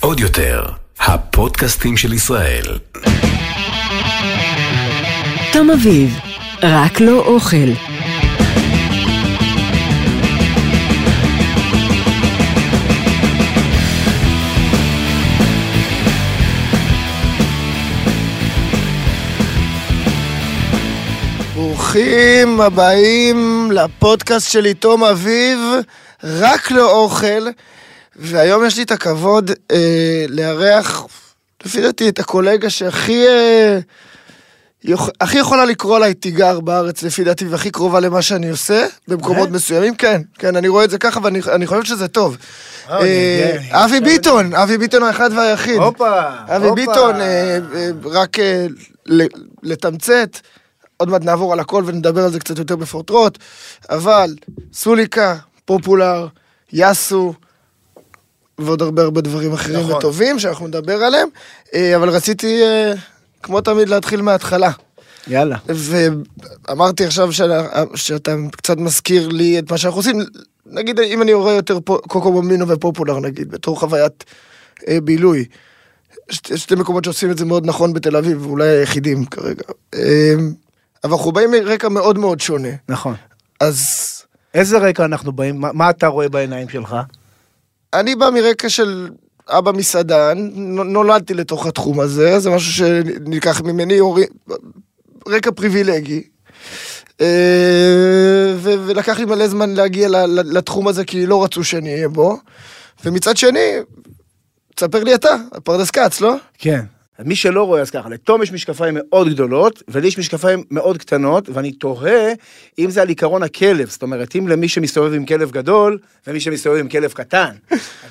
עוד יותר, הפודקאסטים של ישראל. תום אביב, רק לא אוכל. ברוכים הבאים לפודקאסט שלי, תום אביב, רק לא אוכל, והיום יש לי את הכבוד אה, לארח, לפי דעתי, את הקולגה שהכי אה, יוכ... הכי יכולה לקרוא לה תיגר בארץ, לפי דעתי, והכי קרובה למה שאני עושה, במקומות אה? מסוימים, כן, כן, אני רואה את זה ככה ואני אני חושב שזה טוב. אה, אני- אה, אני- אבי ביטון, אבי ביטון האחד והיחיד. הופה, אבי הופה. ביטון, אה, אה, רק אה, ל- לתמצת, עוד מעט נעבור על הכל ונדבר על זה קצת יותר בפורטרוט, אבל סוליקה, פופולר, יאסו, ועוד הרבה הרבה דברים אחרים נכון. וטובים שאנחנו נדבר עליהם, אה, אבל רציתי, אה, כמו תמיד, להתחיל מההתחלה. יאללה. ואמרתי עכשיו שאתה, שאתה קצת מזכיר לי את מה שאנחנו עושים, נגיד אם אני רואה יותר פו- קוקו בומבינו ופופולר נגיד, בתור חוויית אה, בילוי. ש- שתי מקומות שעושים את זה מאוד נכון בתל אביב, אולי היחידים כרגע. אה, אבל אנחנו באים מרקע מאוד מאוד שונה, נכון. אז איזה רקע אנחנו באים? מה- מה אתה רואה בעיניים שלך? אני בא מרקע של אבא מסעדן, נ- נולדתי לתוך התחום הזה, זה משהו שנלקח ממני, הורי... רקע פריבילגי. אה, ו- ולקח לי מלא זמן להגיע ל- ל- לתחום הזה, כי לא רצו שאני אהיה בו. ומצד שני, תספר לי אתה, פרדס כץ, לא? כן. מי שלא רואה אז ככה, לתום יש משקפיים מאוד גדולות, ולי יש משקפיים מאוד קטנות, ואני תוהה אם זה על עיקרון הכלב, זאת אומרת, אם למי שמסתובב עם כלב גדול, ומי שמסתובב עם כלב קטן.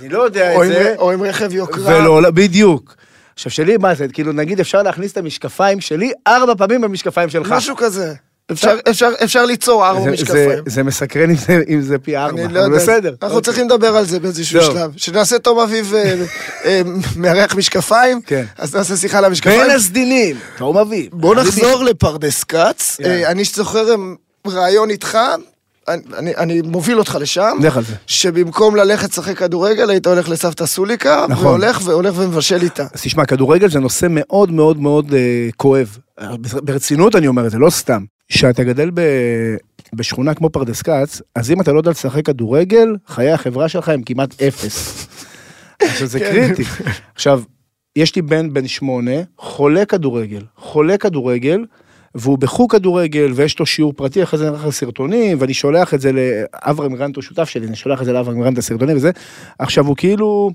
אני לא יודע או את עם, זה. ר- או עם רכב יוקרה. ולא, לא, בדיוק. עכשיו שלי, מה זה, כאילו, נגיד אפשר להכניס את המשקפיים שלי ארבע פעמים במשקפיים שלך. משהו כזה. אפשר, אפשר, אפשר ליצור ארבע זה- לא משקפיים. זה, זה מסקרן אם זה, אם זה פי ארבע, אני אבל לא יודע. בסדר. אנחנו אוקיי. צריכים לדבר על זה באיזשהו טוב. שלב. שנעשה תום אביב אה, אה, מארח משקפיים, כן. אז נעשה שיחה על המשקפיים. בין הסדינים, תום אביב. בוא נחזור לפרדס כץ. יאללה. אה, אני זוכר ראיון איתך, אני- אני- אני מוביל אותך לשם. לך על זה. שבמקום ללכת לשחק כדורגל, היית הולך לסבתא סוליקה, נכון. והולך והולך ומבשל איתה. אז תשמע, כדורגל זה נושא מאוד מאוד מאוד אה, כואב. אה, ברצינות אני אומר את זה, לא סתם. כשאתה גדל ב... בשכונה כמו פרדס כץ, אז אם אתה לא יודע לשחק כדורגל, חיי החברה שלך הם כמעט אפס. עכשיו זה כן. קריטי. עכשיו, יש לי בן בן שמונה, חולה כדורגל, חולה כדורגל, והוא בחוג כדורגל, ויש לו שיעור פרטי, אחרי זה אני אראה לך סרטונים, ואני שולח את זה לאברהם גרנט, הוא שותף שלי, אני שולח את זה לאברהם גרנט, הסרטונים וזה. עכשיו הוא כאילו,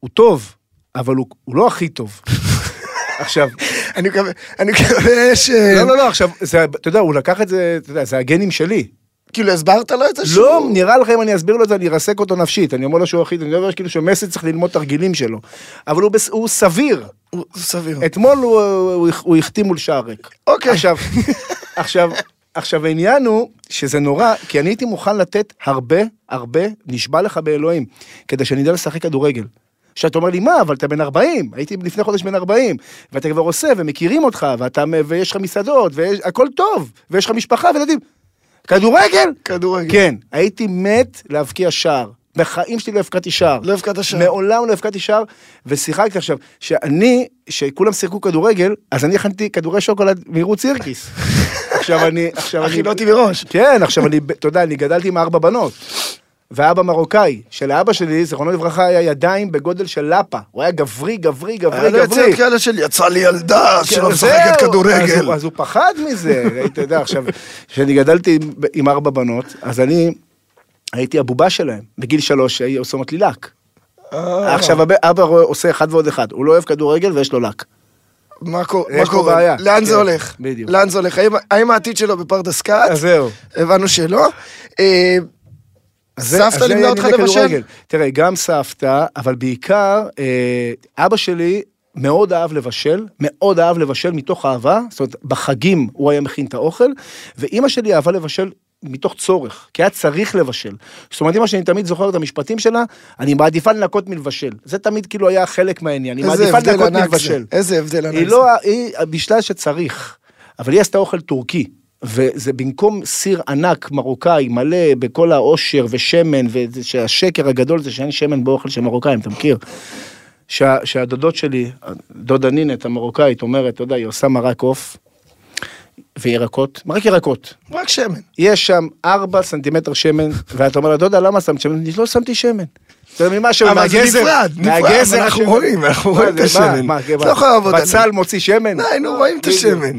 הוא טוב, אבל הוא, הוא לא הכי טוב. עכשיו, אני מקווה, אני מקווה ש... לא, לא, לא, עכשיו, זה, אתה יודע, הוא לקח את זה, אתה יודע, זה הגנים שלי. כאילו, הסברת לו את זה? לא, שהוא- נראה לך אם אני אסביר לו את זה, אני ארסק אותו נפשית. אני אומר לו שהוא אחיד, אני אומר כאילו שמסי צריך ללמוד תרגילים שלו. אבל הוא, בס- הוא סביר. הוא הוא סביר. אתמול הוא, הוא, הוא החטיא מול שער ריק. אוקיי. עכשיו, עכשיו, עכשיו העניין הוא שזה נורא, כי אני הייתי מוכן לתת הרבה, הרבה, נשבע לך באלוהים, כדי שאני אדע לשחק כדורגל. שאתה אומר לי, מה, אבל אתה בן 40, הייתי לפני חודש בן 40, ואתה כבר עושה, ומכירים אותך, ואתה, ויש לך מסעדות, והכל טוב, ויש לך משפחה וילדים. כדורגל? כדורגל. כן, הייתי מת להבקיע שער. בחיים שלי לא הבקעתי שער. לא הבקעת שער. מעולם לא הבקעתי שער, ושיחקתי עכשיו, שאני, שכולם שיחקו כדורגל, אז אני הכנתי כדורי שוקולד מרוץ סירקיס. עכשיו אני, עכשיו אני... הכינותי מראש. כן, עכשיו אני, אתה יודע, אני גדלתי עם ארבע בנות. ואבא מרוקאי, שלאבא שלי, זיכרונו לברכה, היה ידיים בגודל של לפה. הוא היה גברי, גברי, גברי, היה לו גברי. יציאות כאלה של אה, לא יצא כן, לי ילדה שלא אה, לא כן, משחקת זהו, כדורגל. אז הוא- אז הוא פחד מזה, אתה יודע, עכשיו, כשאני גדלתי עם- עם ארבע בנות, אז אני הייתי הבובה שלהם, בגיל שלוש היו שמות לי לק. אה, עכשיו אבא- אבא רואה- עושה אחד ועוד אחד, הוא לא אוהב כדורגל ויש לו לק. מה קורה? יש מה פה קורה? בעיה. לאן זה כן, הולך? בדיוק. לאן זה הולך? האם- האם העתיד שלו בפרדס כץ? אז זהו. הבנו שלא. אה, אז זה- סבתא אז זה לימדה אותך הענייני לבשל? כדורגל. תראה, גם סבתא, אבל בעיקר, אה, אבא שלי מאוד אהב לבשל, מאוד אהב לבשל מתוך אהבה, זאת אומרת, בחגים הוא היה מכין את האוכל, ואימא שלי אהבה לבשל. מתוך צורך, כי היה צריך לבשל. זאת אומרת, אמא שאני תמיד זוכר את המשפטים שלה, אני מעדיפה לנקות מלבשל. זה תמיד כאילו היה חלק מהעניין, אני איזה מעדיפה הבדל לנקות ענק זה. מלבשל. איזה הבדל ענק לא היא זה. לא, היא בשלה שצריך, אבל היא עשתה אוכל טורקי. וזה במקום סיר ענק מרוקאי מלא בכל העושר ושמן, ושהשקר הגדול זה שאין שמן באוכל של מרוקאים, אתה מכיר? שה, שהדודות שלי, דודה נינת המרוקאית אומרת, אתה יודע, היא עושה מרק עוף וירקות, מרק ירקות. רק שמן. יש שם 4 סנטימטר שמן, ואתה אומר לה, דודה, למה שמת שמן? אני לא שמתי שמן. זה ממה ש... אבל זה מהגזר- נפרד, נפרד, מהגזר אנחנו השמן. רואים, אנחנו מה, רואים את זה- מה, השמן. מה, אתה לא יכול לעבוד על זה. בצל מוציא שמן? די, נו, רואים את בדיוק. השמן.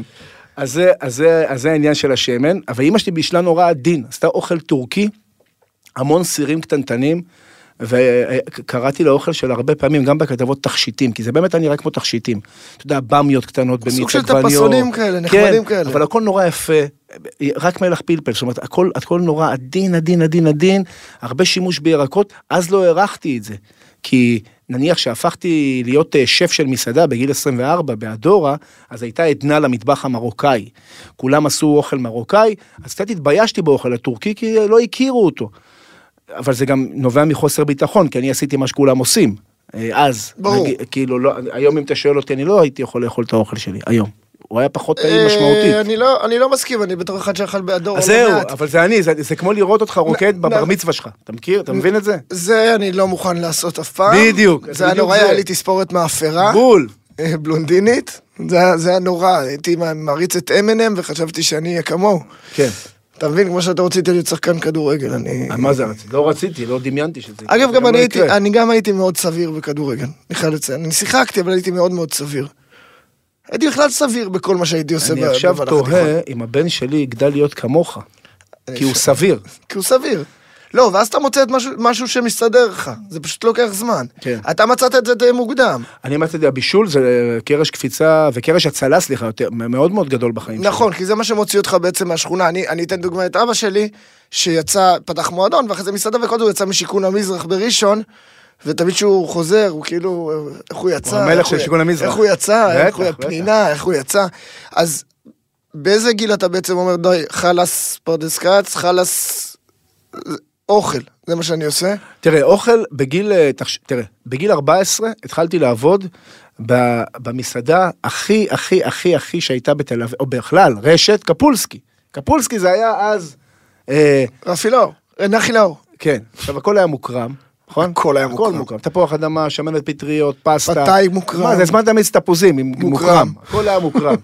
אז זה, אז, זה, אז זה העניין של השמן, אבל אימא שלי בישלה נורא עדין, עשתה אוכל טורקי, המון סירים קטנטנים, וקראתי לאוכל שלה הרבה פעמים, גם בכתבות תכשיטים, כי זה באמת היה נראה כמו תכשיטים. אתה יודע, במיות קטנות במיץ סוג של עגבניות. טפסונים כאלה, נחמדים כן, כאלה. אבל הכל נורא יפה, רק מלח פלפל, זאת אומרת, הכל, הכל נורא עדין, עדין, עדין, עדין, הרבה שימוש בירקות, אז לא הערכתי את זה. כי נניח שהפכתי להיות אה, שף של מסעדה בגיל 24 באדורה, אז הייתה עדנה למטבח המרוקאי. כולם עשו אוכל מרוקאי, אז קצת התביישתי באוכל הטורקי, כי לא הכירו אותו. אבל זה גם נובע מחוסר ביטחון, כי אני עשיתי מה שכולם עושים. אה, אז, ברור. נגיד, כאילו, לא, היום אם אתה שואל אותי, אני לא הייתי יכול לאכול את האוכל שלי, היום. הוא היה פחות טעים משמעותית. אה, אני לא- אני לא מסכים, אני בתור אחד שאכל באדור. אז לא זהו, מעט. אבל זה אני, זה, זה כמו לראות אותך רוקד נ- בבר נ- מצווה שלך. אתה מכיר? אתה מבין את זה? זה אני לא מוכן לעשות אף פעם. בדיוק, אז זה היה בדיוק נורא, זה. היה לי תספורת מאפרה, בול. אה, בלונדינית. זה היה- זה היה נורא, הייתי מעריץ את M&M וחשבתי שאני אהיה כמוהו. כן. אתה מבין, כמו שאתה רצית להיות שחקן כדורגל, אני... אה, מה זה רציתי? לא רציתי, לא דמיינתי שזה יקרה, אגב, זה גם לא אני הייתי, יקרה. אני גם הייתי מאוד סביר בכדורגל, אני חייב לציין. אני שיחקתי, אבל הייתי מאוד מאוד סביר. הייתי בכלל סביר בכל מה שהייתי עושה אני ב- עכשיו במהלך התיכון. תוהה אם הבן שלי יגדל להיות כמוך, כי הוא סביר. כי הוא סביר. לא, ואז אתה מוצא את משהו, משהו שמסתדר לך, זה פשוט לוקח זמן. כן. אתה מצאת את זה די מוקדם. אני אמרתי את זה, הבישול זה קרש קפיצה, וקרש הצלה, סליחה, יותר- מאוד מאוד גדול בחיים שלי. נכון, כי זה מה שמוציא אותך בעצם מהשכונה. אני, אני אתן דוגמא את אבא שלי, שיצא, פתח מועדון, ואחרי זה מסעדה, וכל זה הוא יצא משיכון המזרח בראשון, ותמיד שהוא חוזר, הוא כאילו, איך הוא יצא? המלך איך של הוא- שיכון המזרח. איך הוא יצא, איך בטח, הוא בטח. פנינה, איך הוא יצא. אז באיזה גיל אתה בעצם אומר, די, חלאס פרדס כץ, חלאס אוכל, זה מה שאני עושה? תראה, אוכל בגיל, אה, תחש... תראה, בגיל 14 התחלתי לעבוד ב... במסעדה הכי, הכי, הכי, הכי שהייתה בתל אביב, או בכלל, רשת, קפולסקי. קפולסקי זה היה אז, אה, רפי לאור, אה, נחי לאור. כן, עכשיו הכל היה מוקרם. נכון? הכל היה הכל מוקרם. מוקרם. תפוח אדמה, שמנת פטריות, פסטה. פתאי מוקרם. מה, זה הזמנת מיץ תפוזים עם מוקרם. מוקרם. הכל היה מוקרם.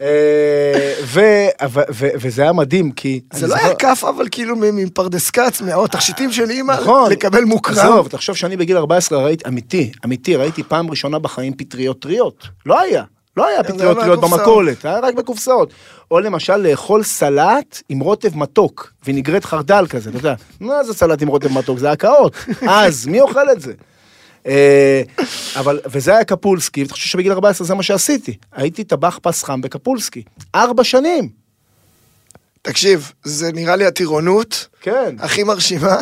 אה, ו- ו- ו- וזה היה מדהים, כי... זה אני לא זוכר- היה כף אבל כאילו מ- מפרדס כץ, מהתכשיטים של אימא, נכון. לקבל מוקרם. עזוב, תחשוב שאני בגיל 14 ראיתי, אמיתי, אמיתי, ראיתי פעם ראשונה בחיים פטריות טריות. לא היה. לא היה זה פטריות היה טריות מהקופסאות. במכולת, היה רק בקופסאות. או למשל לאכול סלט עם רוטב מתוק, ונגרית חרדל כזה, אתה יודע, מה זה סלט עם רוטב מתוק? זה הקאות. אז, מי אוכל את זה? אה, אבל, וזה היה קפולסקי, ואתה חושב שבגיל 14 זה מה שעשיתי. הייתי טבח פס חם בקפולסקי. ארבע שנים. תקשיב, זה נראה לי הטירונות כן. הכי מרשימה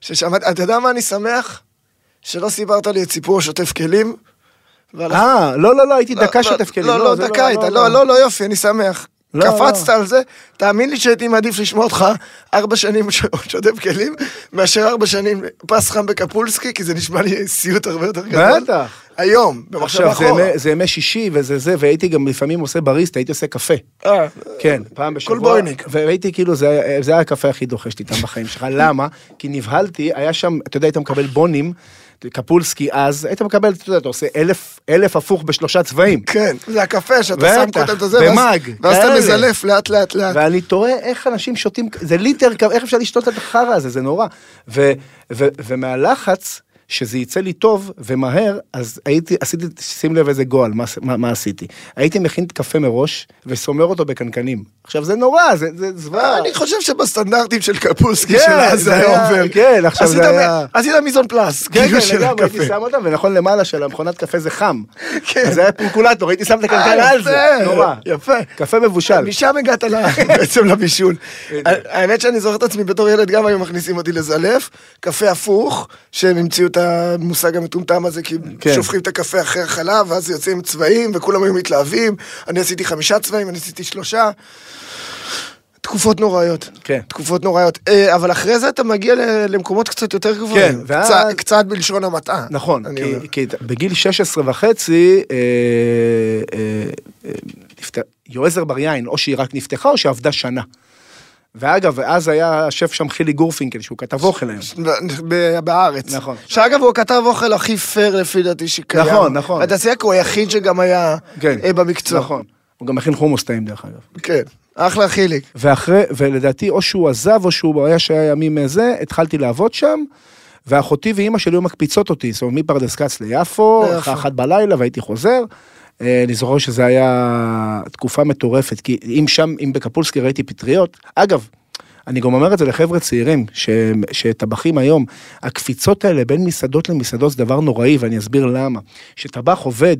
ששמעת. אתה יודע מה אני שמח? שלא סיפרת לי את סיפור השוטף כלים. ועל- אה, לא, לא, לא, הייתי לא, דקה לא, שוטף כלים. לא, לא, זה דקה הייתה. לא, לא, לא, יופי, אני שמח. לא, קפצת לא. על זה, תאמין לי שהייתי מעדיף לשמוע אותך ארבע שנים ש- שוטף כלים, מאשר ארבע שנים פס חם בקפולסקי, כי זה נשמע לי סיוט הרבה יותר גדול. בטח. היום, במחשבה עכשיו זה אחורה. ימי, זה ימי שישי וזה זה, והייתי גם לפעמים עושה בריסטה, הייתי עושה קפה. אה, כן, פעם בשבוע. בויניק. והייתי כאילו, זה, היה- זה היה הקפה הכי דוחה שלי איתם בחיים שלך, למה? כי נבהלתי, היה שם, אתה יודע, היית מקבל בונים, קפולסקי אז, היית מקבל, אתה יודע, אתה עושה אלף, אלף הפוך בשלושה צבעים. כן, זה הקפה שאתה שם בטח, קודם את הזה, ואז- במאג, ואז אתה כאלה. מזלף לאט לאט לאט. ואני תוהה איך אנשים שותים, זה ליטר, קו- איך אפשר לשתות את החרא הזה, זה נורא. ו, ו, ומהלחץ, שזה יצא לי טוב ומהר, אז הייתי, עשיתי, שים לב איזה גועל, מה, מה, מה עשיתי. הייתי מכין קפה מראש, וסומר אותו בקנקנים. עכשיו זה נורא, זה, זה זוועה. אה, אני חושב שבסטנדרטים של קפוסקי כן, של אז זה זה היה היה- עובר. כן, עכשיו זה עשית מ- היה- עשית מיזון פלאס, כן, כאילו כן, של לגמרי, הייתי הקפה. שם אותם, ונכון למעלה של המכונת קפה זה חם. כן. אז זה היה פורקולטור, הייתי שם את הקנקן אה, על זה, יפה, נורא. יפה. קפה מבושל. משם הגעת ל- בעצם לבישול. אה, האמת שאני זוכר את עצמי בתור ילד, גם היו מכניסים אותי לזלף, קפה הפוך, שהם המציאו את המושג המטומטם הזה, כי כן. שופכים את הקפה אחרי החלב, ואז יוצאים צבעים, וכולם היו מתלהבים, אני עשיתי חמישה צבעים, אני עשיתי שלושה. תקופות נוראיות. כן. תקופות נוראיות. אה, אבל אחרי זה אתה מגיע ל- למקומות קצת יותר גבוהים. כן, ואז- קצת- קצת בלשון המעטה. נכון, אני כי, אומר. כי בגיל 16 וחצי אה, אה, אה, נפת... יועזר בר יין, או שהיא רק נפתחה או שעבדה שנה. ואגב, אז היה השף שם חילי גורפינקל, שהוא כתב אוכל היום. ב- ב- בארץ. נכון. שאגב, הוא הכתב אוכל הכי פייר לפי דעתי שקיים. נכון, נכון. בתעשייה, כי הוא היחיד שגם היה כן. אה, במקצוע. נכון. הוא גם הכין חומוס טעים דרך אגב. כן. אחלה חיליק. ואחרי, ולדעתי או שהוא עזב או שהוא היה שהיה ימים מזה, התחלתי לעבוד שם, ואחותי ואימא שלי היו מקפיצות אותי, זאת אומרת מפרדס כץ ליפו, ליפו. אחת בלילה והייתי חוזר. אה, אני זוכר שזה היה תקופה מטורפת, כי אם שם, אם בקפולסקי ראיתי פטריות, אגב, אני גם אומר את זה לחבר'ה צעירים, ש- שטבחים היום, הקפיצות האלה בין מסעדות למסעדות זה דבר נוראי, ואני אסביר למה. שטבח עובד,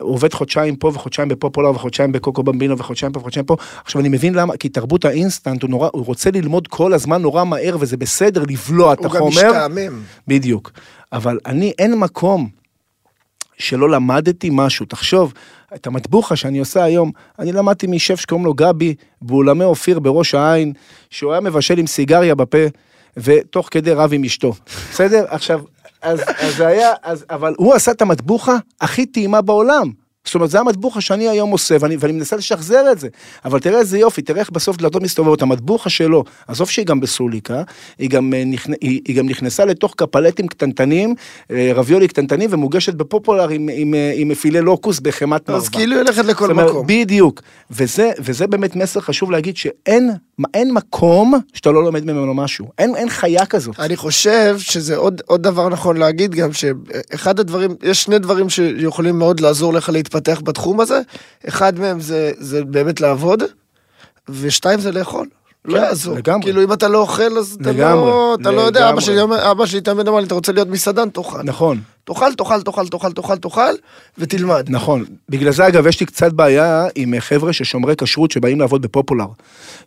הוא עובד חודשיים פה וחודשיים בפופולר וחודשיים בקוקו במבינו וחודשיים פה וחודשיים פה, עכשיו אני מבין למה, כי תרבות האינסטנט הוא נורא, הוא רוצה ללמוד כל הזמן נורא מהר, וזה בסדר לבלוע את הוא החומר. גם משתעמם. בדיוק. אבל אני, אין מקום שלא למדתי משהו. תחשוב, את המטבוחה שאני עושה היום, אני למדתי משף שקוראים לו גבי, באולמי אופיר בראש העין, שהוא היה מבשל עם סיגריה בפה, ותוך כדי רב עם אשתו. בסדר? עכשיו, אז, אז זה היה, אז, אבל הוא עשה את המטבוחה הכי טעימה בעולם. זאת אומרת, זה המטבוחה שאני היום עושה, ואני, ואני מנסה לשחזר את זה. אבל תראה איזה יופי, תראה איך בסוף דלתות מסתובבות, המטבוחה שלו, עזוב שהיא גם בסוליקה, היא גם, אה, נכנ... היא, היא גם נכנסה לתוך קפלטים קטנטנים, אה, רביולי קטנטנים, ומוגשת בפופולר עם, עם, אה, עם מפילי לוקוס בחמת מרווה. אז כאילו היא הולכת לכל לא, זאת אומרת, מקום. בדיוק. וזה, וזה באמת מסר חשוב להגיד שאין אין מקום שאתה לא לומד ממנו משהו. אין, אין חיה כזאת. אני חושב שזה עוד, עוד דבר נכון להגיד גם, שאחד הדברים, יש שני דברים שיכולים מאוד לעזור לך להתפתח בתחום הזה, אחד מהם זה, זה באמת לעבוד, ושתיים זה לאכול. לא כן, יעזור. לגמרי. כאילו אם אתה לא אוכל אז אתה לא, לגמרי, אתה לא יודע, אבא לגמרי. שלי אומר- אבא שלי תמיד אמר לי, אתה רוצה להיות מסעדן, תאכל. נכון. תאכל, תאכל, תאכל, תאכל, תאכל, תאכל, ותלמד. נכון. בגלל זה, אגב, יש לי קצת בעיה עם אה, חבר'ה ששומרי כשרות שבאים לעבוד בפופולר.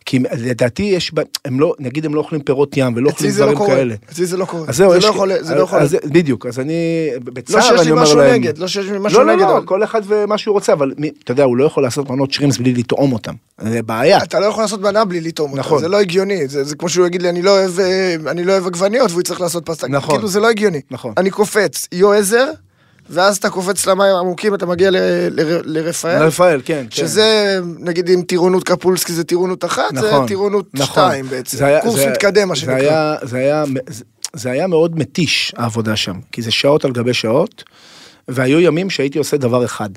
כי לדעתי יש, ב- הם לא, נגיד הם לא אוכלים פירות ים ולא אצלי אוכלים זה לא דברים קורה. כאלה. אצלי זה לא קורה. אז זהו, זה יש... לא יכול- זה לא יכול. אז- בדיוק, אז אני, לא בצער שיש אני לי אומר להם... משהו נגד, לא שיש לי משהו לא, נגד. לא, לא, אבל כל אחד ומה שהוא רוצה, אבל מי- אתה יודע, הוא לא יכול לעשות מנות שרימס בלי לטעום אותם. זה בעיה. אתה לא יכול לעשות מנה בלי לטעום אותה, נכון. זה לא הגיוני, זה, זה כמו שהוא יגיד לי, אני לא אוהב, אה, אני לא אוהב עגבניות והוא יצטרך לעשות פסטה, נכון. כאילו זה לא הגיוני. נכון. אני קופץ, יועזר, ואז אתה קופץ למים העמוקים, אתה מגיע ל, ל, לרפאל, רפאל, כן. כן. שזה, נגיד אם טירונות קפולסקי זה טירונות אחת, זה טירונות שתיים בעצם, נכון, זה היה- קורס זה- מתקדם מה זה שנקרא. היה- זה היה- זה- זה היה מאוד מתיש העבודה שם, כי זה שעות על גבי שעות, והיו ימים שהייתי עושה דבר אחד,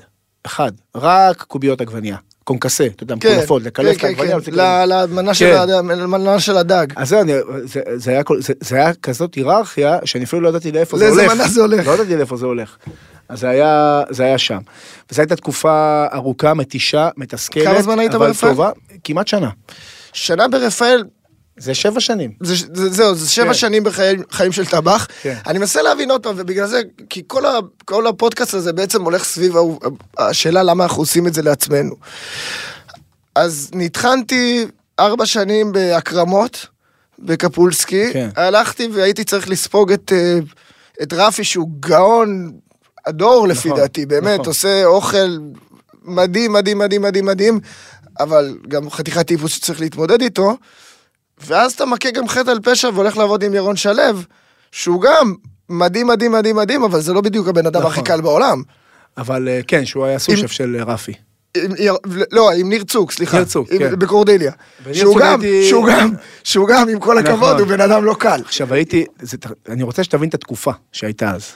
אחד, רק קוביות עגבנייה, קונקסה, אתה יודע, כן, מקולפות, נכון, לקלף כן, את כן, העגבנייה. כן, להוציא ל- כדורים. למנה של כן. האדם- למנה של הדג. אז זהו, אני- זה- זה היה כל- זה- זה היה כזאת היררכיה, שאני אפילו לא ידעתי לאיפה זה הולך. לאיזה מנה זה הולך. לא ידעתי לאיפה זה הולך. אז זה היה, זה היה שם. וזו הייתה תקופה ארוכה, מתישה, מתסכלת. כמה זמן היית אבל ברפאל? טובה, כמעט שנה. שנה ברפאל, זה שבע שנים. זה, זה, זהו, זה שבע כן. שנים בחיים חיים של טבח. כן. אני מנסה להבין עוד פעם, ובגלל זה, כי כל, ה, כל הפודקאסט הזה בעצם הולך סביב ה, השאלה למה אנחנו עושים את זה לעצמנו. אז נטחנתי ארבע שנים בהקרמות, בקפולסקי. כן. הלכתי והייתי צריך לספוג את, אה, את רפי, שהוא גאון הדור לפי נכון, דעתי, באמת, נכון. עושה אוכל מדהים, מדהים, מדהים, מדהים, מדהים, אבל גם חתיכת טיפוס שצריך להתמודד איתו. ואז אתה מכה גם חטא על פשע והולך לעבוד עם ירון שלו, שהוא גם מדהים, מדהים, מדהים, מדהים, אבל זה לא בדיוק הבן אדם נכון. הכי קל בעולם. אבל אה, כן, שהוא היה אם- סושף של אה, רפי. עם, יר- לא, עם ניר צוק, סליחה. ניר צוק, עם- כן. בקורדיליה. וניר שהוא צוק גם, הייתי- שהוא גם, שהוא גם, עם כל הכבוד, נכון. הוא בן אדם לא קל. עכשיו הייתי, זה, ת- אני רוצה שתבין את התקופה שהייתה אז.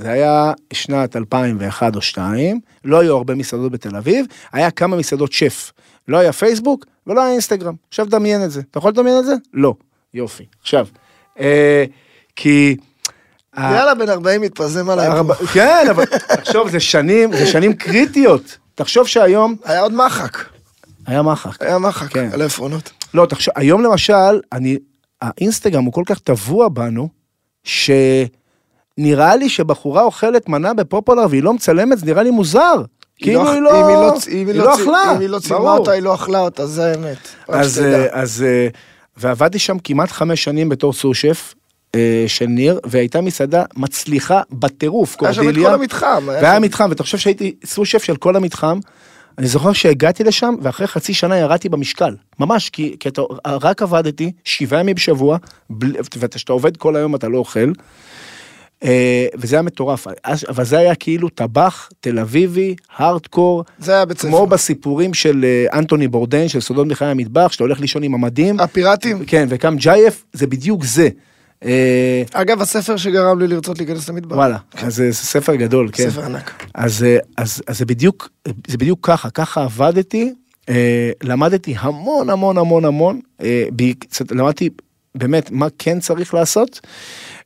זה היה שנת 2001 או 2, לא היו הרבה מסעדות בתל אביב, היה כמה מסעדות שף. לא היה פייסבוק ולא היה אינסטגרם. עכשיו דמיין את זה. אתה יכול לדמיין את זה? לא. יופי. עכשיו, אה, כי... אה. יאללה, בן 40 מתפזם עליי פה. ארבע- כן, אבל תחשוב, זה שנים, זה שנים קריטיות. תחשוב שהיום... היה עוד מחק. היה מחק. היה מחק כן. על העפרונות. לא, תחשוב, היום למשל, אני, האינסטגרם הוא כל כך טבוע בנו, שנראה לי שבחורה אוכלת מנה בפופולר והיא לא מצלמת, זה נראה לי מוזר. כאילו היא לא, אם היא לא, צ- אם היא לא צ- אכלה, אם היא לא צילמה ברור. אותה, היא לא אכלה אותה, זה האמת. רק אז, שתדע. אה, אז, אה, ועבדתי שם כמעט חמש שנים בתור סושף אה, של ניר, והייתה מסעדה מצליחה בטירוף, היה שם את קורדיליה. כל המתחם, היה והיה שם- מתחם, ואתה חושב שהייתי סושף של כל המתחם. אני זוכר שהגעתי לשם, ואחרי חצי שנה ירדתי במשקל. ממש, כי, כי אתה, רק עבדתי שבעה ימים בשבוע, בל- ואתה- כשאתה עובד כל היום אתה לא אוכל. אה, וזה היה מטורף, אז- אבל זה היה כאילו טבח, תל אביבי, הארדקור, זה היה בית ספר. כמו בסיפורים של אה, אנטוני בורדן, של סודות מחיי המטבח, שאתה הולך לישון עם המדים, הפיראטים. כן, וקם ג'ייף, זה בדיוק זה. אה, אגב, הספר שגרם לי לרצות להיכנס למדבר. וואלה, אז זה זה ספר גדול, כן. ספר ענק. אז, אה, אז, אז זה, בדיוק, זה בדיוק ככה, ככה עבדתי, אה, למדתי המון המון המון המון, אה, ב, קצת, למדתי באמת מה כן צריך לעשות,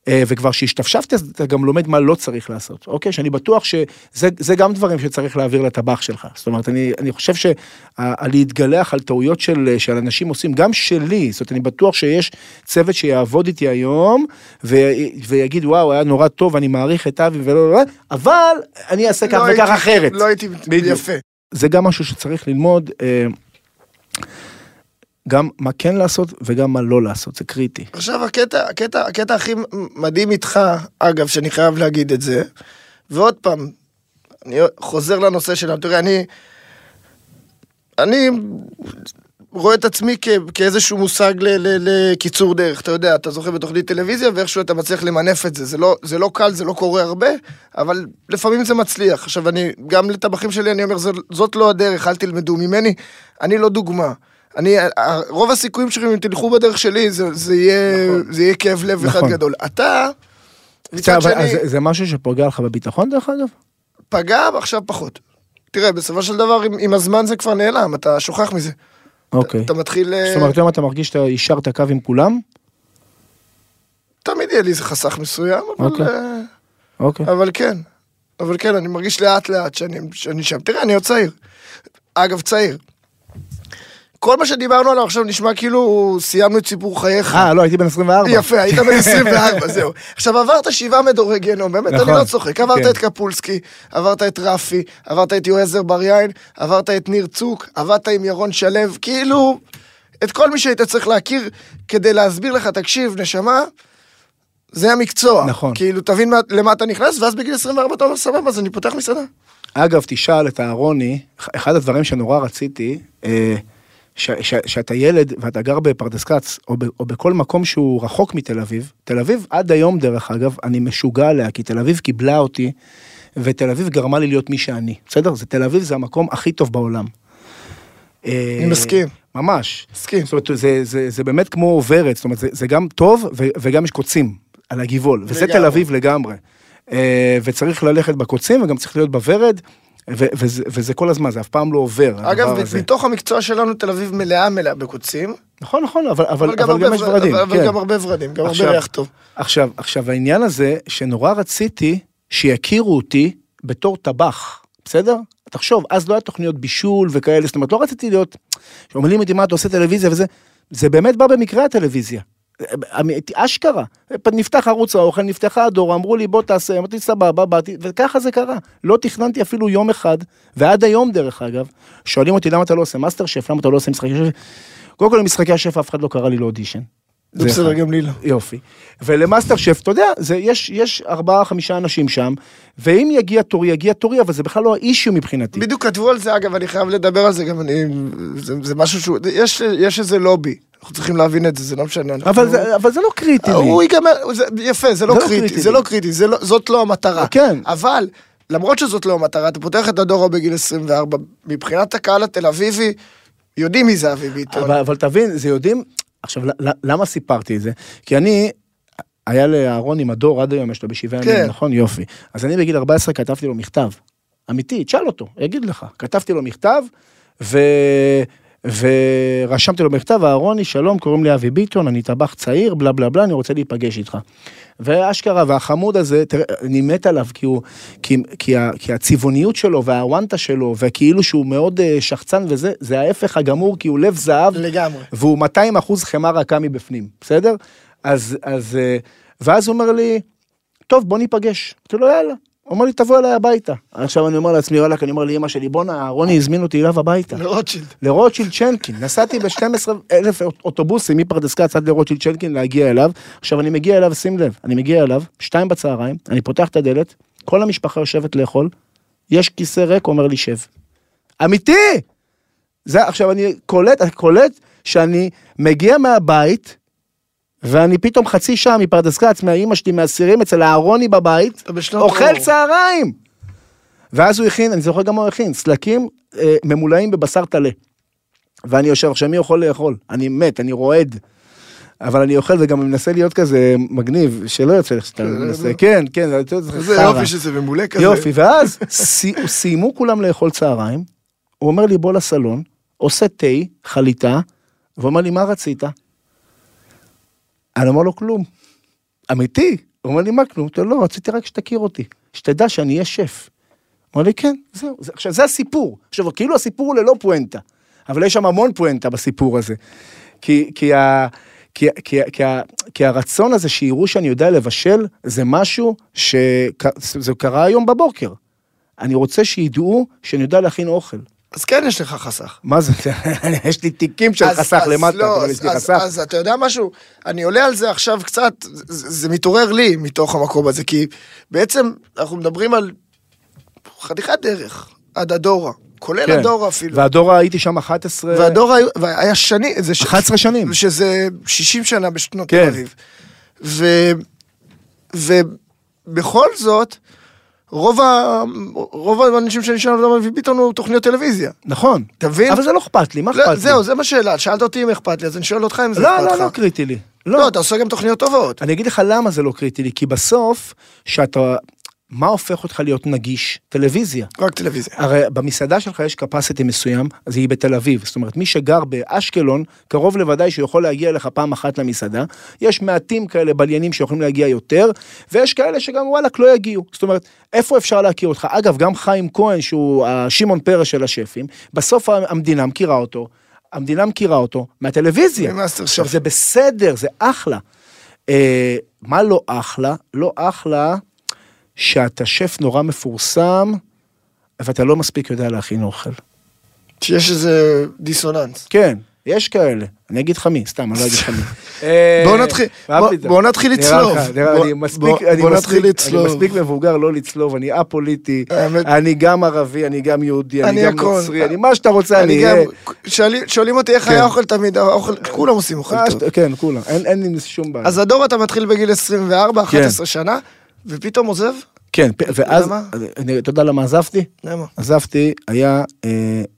אה, וכבר שהשתפשפתי אז אתה גם לומד מה לא צריך לעשות, אוקיי? שאני בטוח שזה זה גם דברים שצריך להעביר לטבח שלך, זאת אומרת אני, אני חושב שלהתגלח על טעויות של, של אנשים עושים, גם שלי, זאת אומרת אני בטוח שיש צוות שיעבוד איתי היום, ו, ויגיד וואו היה נורא טוב, אני מעריך את אבי ולא, לא, לא, אבל אני אעשה כך לא וכך הייתי- אחרת. לא הייתי בדיוק. יפה. זה גם משהו שצריך ללמוד, אה, גם מה כן לעשות וגם מה לא לעשות, זה קריטי. עכשיו הקטע, הקטע, הקטע הכי מדהים איתך, אגב, שאני חייב להגיד את זה, ועוד פעם, אני חוזר לנושא שלנו, תראה, אני, אני רואה את עצמי כ, כאיזשהו מושג ל, ל, לקיצור דרך, אתה יודע, אתה זוכר בתוכנית טלוויזיה ואיכשהו אתה מצליח למנף את זה, זה לא, זה לא קל, זה לא קורה הרבה, אבל לפעמים זה מצליח. עכשיו, אני, גם לטבחים שלי אני אומר, זאת, זאת לא הדרך, אל תלמדו ממני, אני לא דוגמה. אני, ה- ה- רוב הסיכויים שלכם, אם תלכו בדרך שלי, זה, זה, יהיה, נכון. זה יהיה כאב לב נכון. אחד נכון. גדול. אתה, בסדר, מצד אבל שני, אז זה- זה משהו שפוגע לך בביטחון דרך אגב? פגע, עכשיו פחות. תראה, בסופו של דבר, עם, עם הזמן זה כבר נעלם, אתה שוכח מזה. אוקיי. אתה מתחיל... אה, זאת אומרת, היום אתה מרגיש שאתה יישרת קו עם כולם? תמיד יהיה לי איזה חסך מסוים, אבל, אוקיי. אה, אוקיי. אבל כן. אבל כן, אני מרגיש לאט לאט שאני, שאני שם. תראה, אני עוד צעיר. אגב, צעיר. כל מה שדיברנו עליו עכשיו נשמע כאילו סיימנו את סיפור חייך. אה, לא, הייתי בן 24. יפה, היית בן 24, זהו. עכשיו, עברת שבעה מדורי גיהנום, באמת, אני נכון, לא צוחק. עברת כן. את קפולסקי, עברת את רפי, עברת את יועז אזרבריין, עברת את ניר צוק, עבדת עם ירון שלו, כאילו, את כל מי שהיית צריך להכיר כדי להסביר לך, תקשיב, נשמה, זה המקצוע. נכון. כאילו, תבין מה- למה אתה נכנס, ואז בגיל 24 אתה אומר, סבבה, אז אני פותח מסעדה. אגב, תשאל את אהרוני, אחד הדברים שנורא רציתי, אה, ש- ש- שאתה ילד ואתה גר בפרדס כץ, או, ב- או בכל מקום שהוא רחוק מתל אביב, תל אביב עד היום דרך אגב, אני משוגע עליה, כי תל אביב קיבלה אותי, ותל אביב גרמה לי להיות מי שאני, בסדר? זה תל אביב זה המקום הכי טוב בעולם. אני מסכים. ממש. מסכים. זאת אומרת, זה, זה, זה באמת כמו עוברת, זאת אומרת, זה, זה גם טוב ו, וגם יש קוצים על הגבעול, וזה לגמרי. תל אביב לגמרי. אה, וצריך ללכת בקוצים וגם צריך להיות בוורד, ו, וזה, וזה כל הזמן, זה אף פעם לא עובר. הדבר אגב, הזה. מתוך המקצוע שלנו, תל אביב מלאה מלאה בקוצים, נכון, נכון, אבל, אבל, אבל גם אבל גם הרבה יש ור- ורדים. אבל- אבל כן. גם הרבה ורדים, גם הרבה עכשיו- ריח טוב. עכשיו, עכשיו העניין הזה שנורא רציתי שיכירו אותי בתור טבח, בסדר? תחשוב, אז לא היה תוכניות בישול וכאלה, זאת אומרת, לא רציתי להיות, שאומרים אותי מה אתה עושה טלוויזיה וזה, זה באמת בא במקרה הטלוויזיה. אמיתי, אשכרה, נפתח ערוץ האוכל, נפתחה הדור, אמרו לי בוא תעשה, אמרתי סבבה, באתי, וככה זה קרה. לא תכננתי אפילו יום אחד, ועד היום דרך אגב, שואלים אותי למה אתה לא עושה מאסטר שף, למה אתה לא עושה משחקי שף. קודם כל למשחקי השף אף אחד לא קרא לי לאודישן. זה בסדר, אחד. גם לי לא. יופי. ולמאסטר שף, אתה יודע, זה, יש, יש ארבעה, חמישה אנשים שם, ואם יגיע תורי, יגיע תורי, אבל זה בכלל לא האישיו מבחינתי. בדיוק כתבו על זה, אגב, אני חייב לדבר על זה גם, אני... זה, זה משהו שהוא... יש, יש איזה לובי, אנחנו צריכים להבין את זה, זה לא משנה. אנחנו... אבל, זה, אבל זה לא קריטי לי. הוא ייגמר, זה, יפה, זה לא זה לא קריטי, קריטי זה לי. לא קריטי, זה לא, זאת לא המטרה. כן. אבל, למרות שזאת לא המטרה, אתה פותח את הדורו בגיל 24, מבחינת הקהל התל אביבי, יודעים מי זה אבי ביטון. אבל, אבל תבין, זה יודעים... עכשיו, ל- ל- למה סיפרתי את זה? כי אני... היה לאהרון עם הדור, עד היום יש לו בשבעה כן. ימים, נכון? יופי. אז אני בגיל 14 כתבתי לו מכתב. אמיתי, תשאל אותו, יגיד לך. כתבתי לו מכתב, ו... ורשמתי לו מכתב, אהרוני, שלום, קוראים לי אבי ביטון, אני טבח צעיר, בלה בלה בלה, אני רוצה להיפגש איתך. ואשכרה, והחמוד הזה, תראה, אני מת עליו, כי, הוא, כי, כי, ה- כי הצבעוניות שלו, והוואנטה שלו, וכאילו שהוא מאוד אה, שחצן וזה, זה ההפך הגמור, כי הוא לב זהב. לגמרי. והוא 200 אחוז חמאה רכה מבפנים, בסדר? אז, אז, אה, ואז הוא אומר לי, טוב, בוא ניפגש. אמרתי לו, יאללה. הוא אומר לי, תבוא אליי הביתה. עכשיו אני אומר לעצמי, וואלכ, אני אומר לאמא שלי, בואנה, רוני הזמין אותי אליו הביתה. לרוטשילד. לרוטשילד צ'נקין, נסעתי ב-12 אלף אוטובוסים מפרדס כץ עד לרוטשילד צ'נקין להגיע אליו. עכשיו אני מגיע אליו, שים לב, אני מגיע אליו, שתיים בצהריים, אני פותח את הדלת, כל המשפחה יושבת לאכול, יש כיסא ריק, הוא אומר לי שב. אמיתי! זה עכשיו אני קולט, אני קולט שאני מגיע מהבית, ואני פתאום חצי שעה מפרדס כץ, מהאימא שלי, מהסירים, אצל אהרוני בבית, אתה בשנות אוכל אור. צהריים! ואז הוא הכין, אני זוכר גם מה הוא הכין, סלקים אה, ממולאים בבשר טלה. ואני יושב, עכשיו מי יכול לאכול? אני מת, אני רועד. אבל אני אוכל וגם מנסה להיות כזה מגניב, שלא יוצא לך שאתה מנסה, כן, כן, זה- איזה חרא. יופי שזה ממולא כזה. יופי, ואז סי- סיימו כולם לאכול צהריים, הוא אומר לי בוא לסלון, עושה תה, חליטה, ואומר לי מה רצית? אני אומר לו כלום. אמיתי. הוא אומר לי מה כלום? אתה לא, רציתי רק שתכיר אותי, שתדע שאני אהיה שף. הוא אומר לי כן, זהו. זה- עכשיו זה הסיפור. עכשיו כאילו הסיפור הוא ללא פואנטה, אבל יש שם המון פואנטה בסיפור הזה. כי, כי, ה, כי, כי, כי, ה- כי הרצון הזה שיראו שאני יודע לבשל, זה משהו שזה קרה היום בבוקר. אני רוצה שידעו שאני יודע להכין אוכל. אז כן יש לך חסך. מה זה, יש לי תיקים של אז- חסך אז למטה, לא, אבל אז- יש לי אז- חסך. אז אתה יודע משהו? אני עולה על זה עכשיו קצת, זה- זה מתעורר לי מתוך המקום הזה, כי בעצם אנחנו מדברים על חתיכת דרך, עד הדורה, כולל כן. הדורה אפילו. והדורה הייתי שם 11... והדורה היו- והיה שני, זה ש- 11 שנים. שזה 60 שנה בשנות כן. תל אביב. ו- ובכל זאת, רוב ה- רוב האנשים שאני שואל אותם, ביטון הוא תוכניות טלוויזיה. נכון. אתה מבין? אבל זה לא אכפת לי, מה לא, אכפת לי? זהו, זה מה השאלה, שאלת אותי אם אכפת לי, אז אני שואל אותך אם זה לא, אכפת לא, לך. לא קריטי לי. לא, אתה עושה גם תוכניות טובות. אני אגיד לך למה זה לא קריטי לי, כי בסוף, שאתה... מה הופך אותך להיות נגיש? טלוויזיה. רק טלוויזיה. הרי במסעדה שלך יש capacity מסוים, אז היא בתל אביב. זאת אומרת, מי שגר באשקלון, קרוב לוודאי שהוא יכול להגיע אליך פעם אחת למסעדה. יש מעטים כאלה בליינים שיכולים להגיע יותר, ויש כאלה שגם וואלכ לא יגיעו. זאת אומרת, איפה אפשר להכיר אותך? אגב, גם חיים כהן, שהוא השמעון פרס של השפים, בסוף המדינה מכירה אותו. המדינה מכירה אותו מהטלוויזיה. ממאסטר עכשיו, שף. זה בסדר, זה אחלה. אה, מה לא אחלה? לא אחלה שאתה שף נורא מפורסם, ואתה לא מספיק יודע להכין אוכל. שיש איזה דיסוננס. כן, יש כאלה. אני אגיד לך מי, סתם, אני לא אגיד לך מי. בואו נתחיל- אהבתי בוא- את זה. בואו נתחיל אה, נראה לצלוב. לך, נראה, בוא- אני בוא- מספיק- אני בואו נתחיל מספיק- לצלוב. אני מספיק מבוגר לא לצלוב, אני א-פוליטי, האמת- אני גם ערבי, אני גם יהודי, אני אני גם הכל. נוצרי, אני מה שאתה רוצה, אני אני גם, אהיה. שואלים- שואלים אותי איך כן. היה אוכל תמיד, האוכל, כולם עושים אוכל מה טוב. שאתה- כן, כולם, אין- אין לי שום בעיה. אז הדור אתה מתחיל בגיל 24, כן. 11 שנה, ופתאום עוזב? כן, פ- ואז, למה? אני- אתה יודע למה עזבתי? למה? עזבתי, היה אה,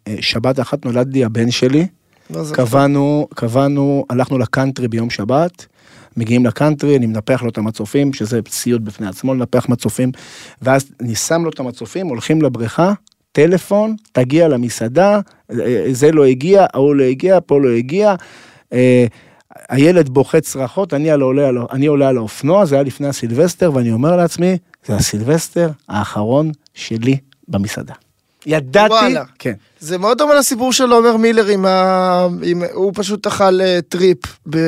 אה, שבת אחת נולד לי הבן שלי, לא זה- קבענו, קבענו, הלכנו לקאנטרי ביום שבת, מגיעים לקאנטרי, אני מנפח לו את המצופים, שזה ציוד בפני עצמו, לנפח מצופים, ואז אני שם לו את המצופים, הולכים לבריכה, טלפון, תגיע למסעדה, אה, זה לא הגיע, ההוא לא הגיע, פה לא הגיע. אה, הילד בוכה צרחות, אני, על עולה, על, אני עולה על האופנוע, זה היה לפני הסילבסטר, ואני אומר לעצמי, זה הסילבסטר האחרון שלי במסעדה. ידעתי, וואלה. כן. זה מאוד דומה לסיפור של עומר מילר עם ה... עם... הוא פשוט אכל אה, טריפ ב...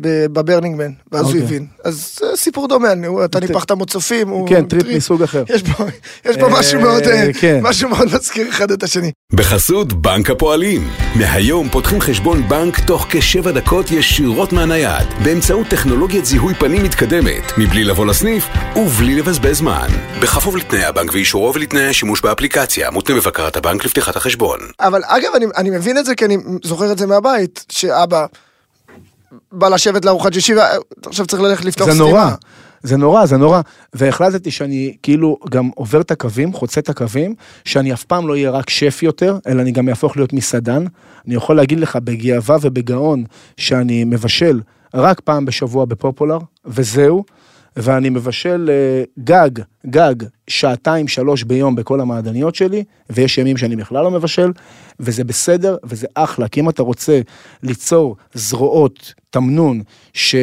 ב... בברנינגמן, ואז הוא אוקיי. הבין. אז זה סיפור דומה, אני- הוא- אתה ט- ניפחת מוצפים, הוא... כן, טריפ מסוג אחר. יש פה, יש פה אה, משהו מאוד, אה, כן. משהו מאוד מזכיר אחד את השני. בחסות בנק הפועלים. מהיום פותחים חשבון בנק תוך כשבע דקות ישירות מהנייד, באמצעות טכנולוגיית זיהוי פנים מתקדמת, מבלי לבוא לסניף ובלי לבזבז זמן. בכפוף לתנאי הבנק ואישורו ולתנאי השימוש באפליקציה, מותנה בבקרת הבנק לפתיחת החשבון. אבל אגב, אני, אני מבין את זה כי אני זוכר את זה מהבית, שאבא בא לשבת לארוחת שישי, ועכשיו צריך ללכת לפתוח זה סתימה. נורא, זה נורא, זה נורא. והחלטתי שאני כאילו גם עובר את הקווים, חוצה את הקווים, שאני אף פעם לא אהיה רק שף יותר, אלא אני גם אהפוך להיות מסעדן. אני יכול להגיד לך בגאווה ובגאון שאני מבשל רק פעם בשבוע בפופולר, וזהו. ואני מבשל אה, גג, גג, שעתיים, שלוש ביום בכל המעדניות שלי, ויש ימים שאני בכלל לא מבשל, וזה בסדר, וזה אחלה, כי אם אתה רוצה ליצור זרועות, תמנון, ש...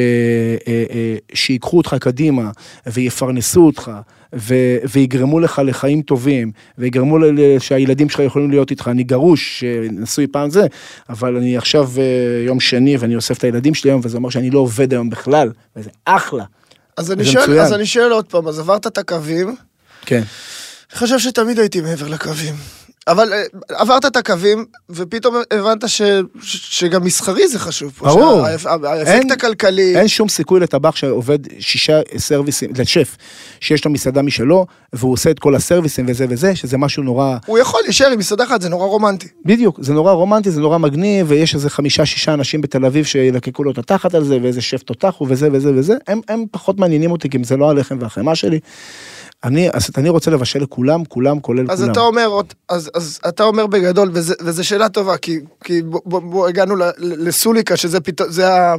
אה, אה, שיקחו אותך קדימה, ויפרנסו אותך, ו... ויגרמו לך לחיים טובים, ויגרמו ל... ל- שהילדים שלך יכולים להיות איתך, אני גרוש, אה, נשוי פעם זה, אבל אני עכשיו אה, יום שני, ואני אוסף את הילדים שלי היום, וזה אומר שאני לא עובד היום בכלל, וזה אחלה. אז אני, זה שואל, מצוין. אז אני שואל עוד פעם, אז עברת את הקווים, כן. אני חושב שתמיד הייתי מעבר לקווים. אבל אה, עברת את הקווים, ופתאום הבנת ש, ש, שגם מסחרי זה חשוב פה. ברור. שה- האפ- האפקט אין- הכלכלי. אין שום סיכוי לטבח שעובד שישה סרוויסים, לשף, שיש לו מסעדה משלו, והוא עושה את כל הסרוויסים וזה וזה, שזה משהו נורא... הוא יכול להישאר עם מסעדה אחת, זה נורא רומנטי. בדיוק, זה נורא רומנטי, זה נורא מגניב, ויש איזה חמישה-שישה אנשים בתל אביב שילקקו לו את התחת על זה, ואיזה שף תותח הוא וזה וזה וזה, הם, הם פחות מעניינים אותי, כי אם זה לא הלחם והחמאה שלי. אני, אז אני רוצה לבשל לכולם, כולם, כולל אז כולם. אתה אומר, עוד- אז, אז אתה אומר בגדול, וזה- וזו שאלה טובה, כי, כי בוא, בוא, בוא, הגענו ל- ל- לסוליקה, שזה פתאום, זה ה...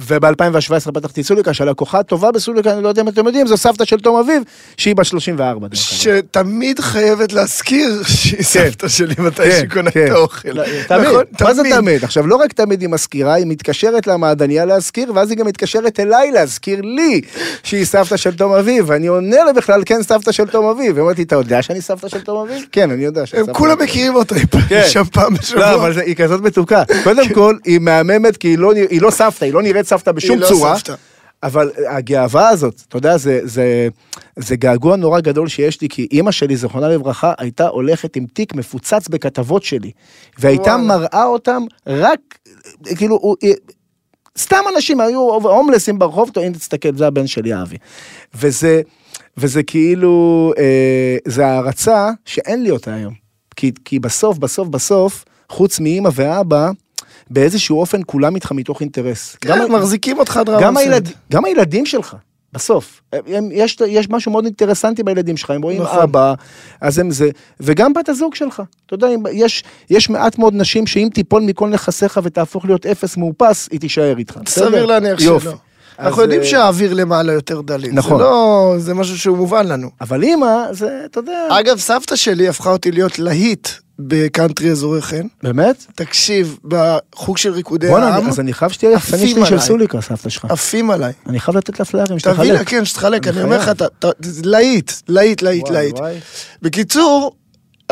וב-2017 פתחתי סוליקה, שהלקוחה הטובה בסוליקה, אני לא יודע אם אתם יודעים, זו סבתא של תום אביב, שהיא בת 34. דרך אגב. שתמיד חייבת להזכיר שהיא סבתא שלי מתי שהיא קונה את האוכל. לא, תמיד, נכון? כן. מה זה תמיד? עכשיו, לא רק תמיד היא מזכירה, היא מתקשרת למעדניה להזכיר, ואז היא גם מתקשרת אליי להזכיר לי שהיא סבתא של תום אביב, ואני עונה לה בכלל, כן, סבתא של תום אביב. היא אומרת לי, אתה יודע שאני סבתא של תום אביב? כן, אני יודע שאני הם סבתא. כולם מכירים אותה, היא כן. שם פעם בשבוע. לא, אבל זה- היא כזאת מתוקה. קודם כל, היא מהממת כי היא לא נרא- היא לא סבתא, היא לא נראית סבתא בשום לא צורה. סבתא. אבל הגאווה הזאת, אתה יודע, זה, זה, זה געגוע נורא גדול שיש לי, כי אימא שלי, זיכרונה לברכה, הייתה הולכת עם תיק מפוצץ בכתבות שלי, והייתה וואלה. מראה אותם רק, כאילו, הוא, היא- סתם אנשים היו הומלסים ברחוב, טוב, הנה תסתכל, זה הבן שלי אבי. וזה, וזה כאילו, אה, זה הערצה שאין לי אותה היום. כי, כי בסוף, בסוף, בסוף, חוץ מאימא ואבא, באיזשהו אופן כולם איתך מתוך אינטרס. גם- גם מחזיקים אותך עד רמה גם, מסוימת. הילד, גם הילדים שלך, בסוף. הם, הם, יש, יש משהו מאוד אינטרסנטי בילדים שלך, הם רואים נכון. נכון. אבא, אז הם זה, וגם בת הזוג שלך. אתה יודע, אם- יש, יש מעט מאוד נשים שאם תיפול מכל נכסיך ותהפוך להיות אפס מאופס, היא תישאר איתך. סביר בסדר? להניח שלא. יופי. אז, אנחנו יודעים אה, שהאוויר למעלה יותר דליל. נכון. נכון. זה לא... זה משהו שהוא מובן לנו. אבל אימא, זה, אתה יודע... אגב, סבתא שלי הפכה אותי להיות להיט בקאנטרי אזורי חן. באמת? תקשיב, תקשיב, בחוג של ריקודי בואנה, העם, אני- אז אני חייב שתהיה עפים הפנים שלי של עליי. סוליקה, סבתא שלך. עפים עליי. אני חייב לתת לה פלארים, תביא לה, שתחלק. כן, שתחלק, אני אני אומר לך, חייב. אתה- אתה- זה להיט, להיט, להיט, וואי, להיט. וואי. בקיצור,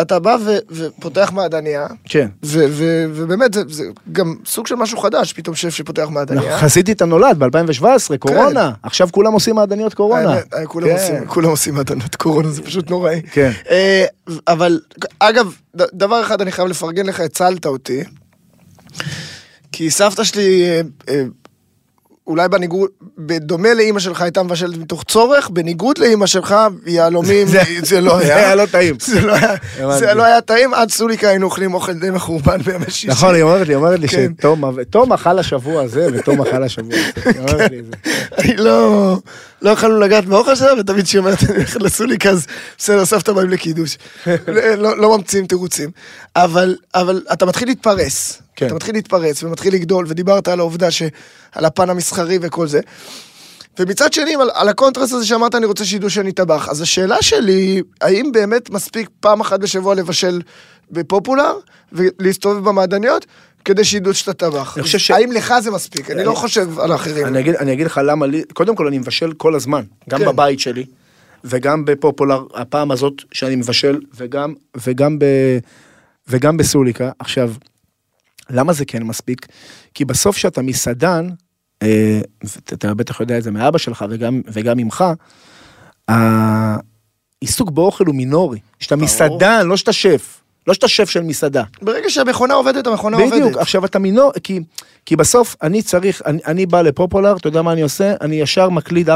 אתה בא ו- ופותח מעדניה, כן. ו- ו- ובאמת, זה- זה גם סוג של משהו חדש, פתאום שף שפותח מעדניה. חזיתי את הנולד ב-2017, קורונה. עכשיו כולם עושים מעדניות קורונה. כן. האמת, אה, כולם כן. עושים- כולם עושים מתנות קורונה, זה פשוט נוראי. כן. אה, אבל, אגב, ד- דבר אחד אני חייב לפרגן לך, הצלת אותי. כי סבתא שלי, אה, אה, אולי בניגוד, בדומה לאימא שלך, הייתה מבשלת מתוך צורך, בניגוד לאימא שלך, יהלומים, זה לא זה היה. היה לא טעים. זה לא היה- זה הבנתי. לא היה טעים, עד סוליקה היינו אוכלים אוכל די מחורבן בימי שישי. נכון, היא אומרת לי, היא אומרת לי כן. שתום תום אכל השבוע הזה ותום אכל השבוע הזה. היא אומרת לי את זה. כאילו- אני לא... לא יכולנו לגעת באוכל שלה, ותמיד כשהיא אומרת, אני הולכת לסוליקה, אז בסדר, סבתא באים לקידוש. לא- לא לא ממציאים תירוצים. אבל, אבל אתה מתחיל להתפרס. כן. אתה מתחיל להתפרס ומתחיל לגדול, ודיברת על העובדה ש... על הפן המסחרי וכל זה. ומצד שני, על, על הקונטרס הזה שאמרת, אני רוצה שידעו שאני טבח. אז השאלה שלי, האם באמת מספיק פעם אחת בשבוע לבשל בפופולר, ולהסתובב במעדניות, כדי שידעו שאתה טבח? אני חושב ש- האם לך זה מספיק? אני, לא חושב על האחרים. אני אגיד- אני אגיד לך למה לי, קודם כל אני מבשל כל הזמן, גם כן. בבית שלי, וגם בפופולר, הפעם הזאת שאני מבשל, וגם, וגם, ב, וגם בסוליקה. עכשיו, למה זה כן מספיק? כי בסוף כשאתה מסעדן, אה, ואת- אתה בטח יודע את זה מאבא שלך וגם, וגם ממך, העיסוק באוכל הוא מינורי. שאתה מסעדן, לא שאתה שף. לא שאתה שף של מסעדה. ברגע שהמכונה עובדת, המכונה לא עובדת. בדיוק, עכשיו אתה מינו, כי, כי בסוף אני צריך, אני, אני בא לפופולר, אתה יודע מה אני עושה? אני ישר מקליד 4-5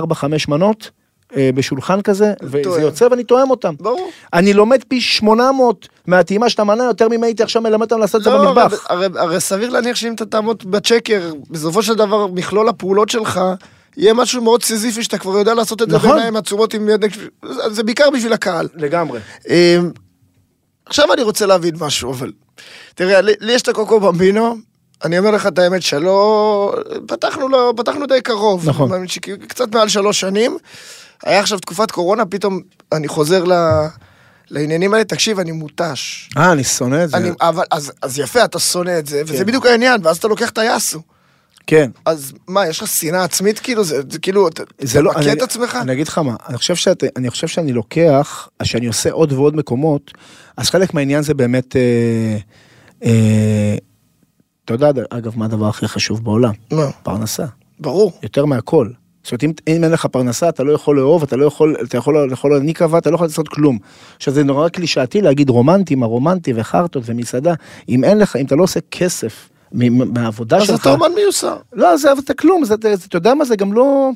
מנות אה, בשולחן כזה, טועם. וזה יוצא ואני תואם אותן. ברור. אני לומד פי 800 מהטעימה של המנה יותר ממה הייתי עכשיו מלמד אותם לעשות את זה לא, במטבח. הרי, הרי, הרי סביר להניח שאם אתה תעמוד בצ'קר, בסופו של דבר מכלול הפעולות שלך, יהיה משהו מאוד סיזיפי שאתה כבר יודע לעשות את זה נכון. בעיניים עצומות עם יד... זה- זה בעיקר בשביל הקהל. לגמרי. אמ, עכשיו אני רוצה להבין משהו, אבל... תראה, לי, לי יש את הקוקו במבינו, אני אומר לך את האמת שלא... פתחנו, לא, פתחנו די קרוב. נכון. מאמין שכ- קצת מעל שלוש שנים. היה עכשיו תקופת קורונה, פתאום אני חוזר ל... לעניינים האלה, תקשיב, אני מותש. אה, אני שונא את זה. אני, אבל, אז, אז יפה, אתה שונא את זה, וזה כן. בדיוק העניין, ואז אתה לוקח את היאסו. כן. אז מה, יש לך שנאה עצמית? כאילו, זה, זה כאילו, אתה זה אתה לא, מכה את עצמך? אני אגיד לך מה, אני חושב, שאת, אני חושב שאני לוקח, שאני עושה עוד ועוד מקומות, אז חלק מהעניין זה באמת, אה, אה, אתה יודע, אגב, מה הדבר הכי חשוב בעולם? מה? פרנסה. לא, ברור. יותר מהכל. זאת אומרת, אם, אם אין לך פרנסה, אתה לא יכול לאהוב, אתה לא יכול, אתה יכול לאכול להניק אהבה, אתה לא יכול לעשות כלום. עכשיו, זה נורא קלישאתי להגיד רומנטי, מה רומנטי וחרטות ומסעדה. אם אין לך, אם אתה לא עושה כסף מ- מ- מהעבודה אז שלך... אתה אומן מיוסר. לא, זה אבל אתה כלום, זה, זה, אתה יודע מה, זה גם לא...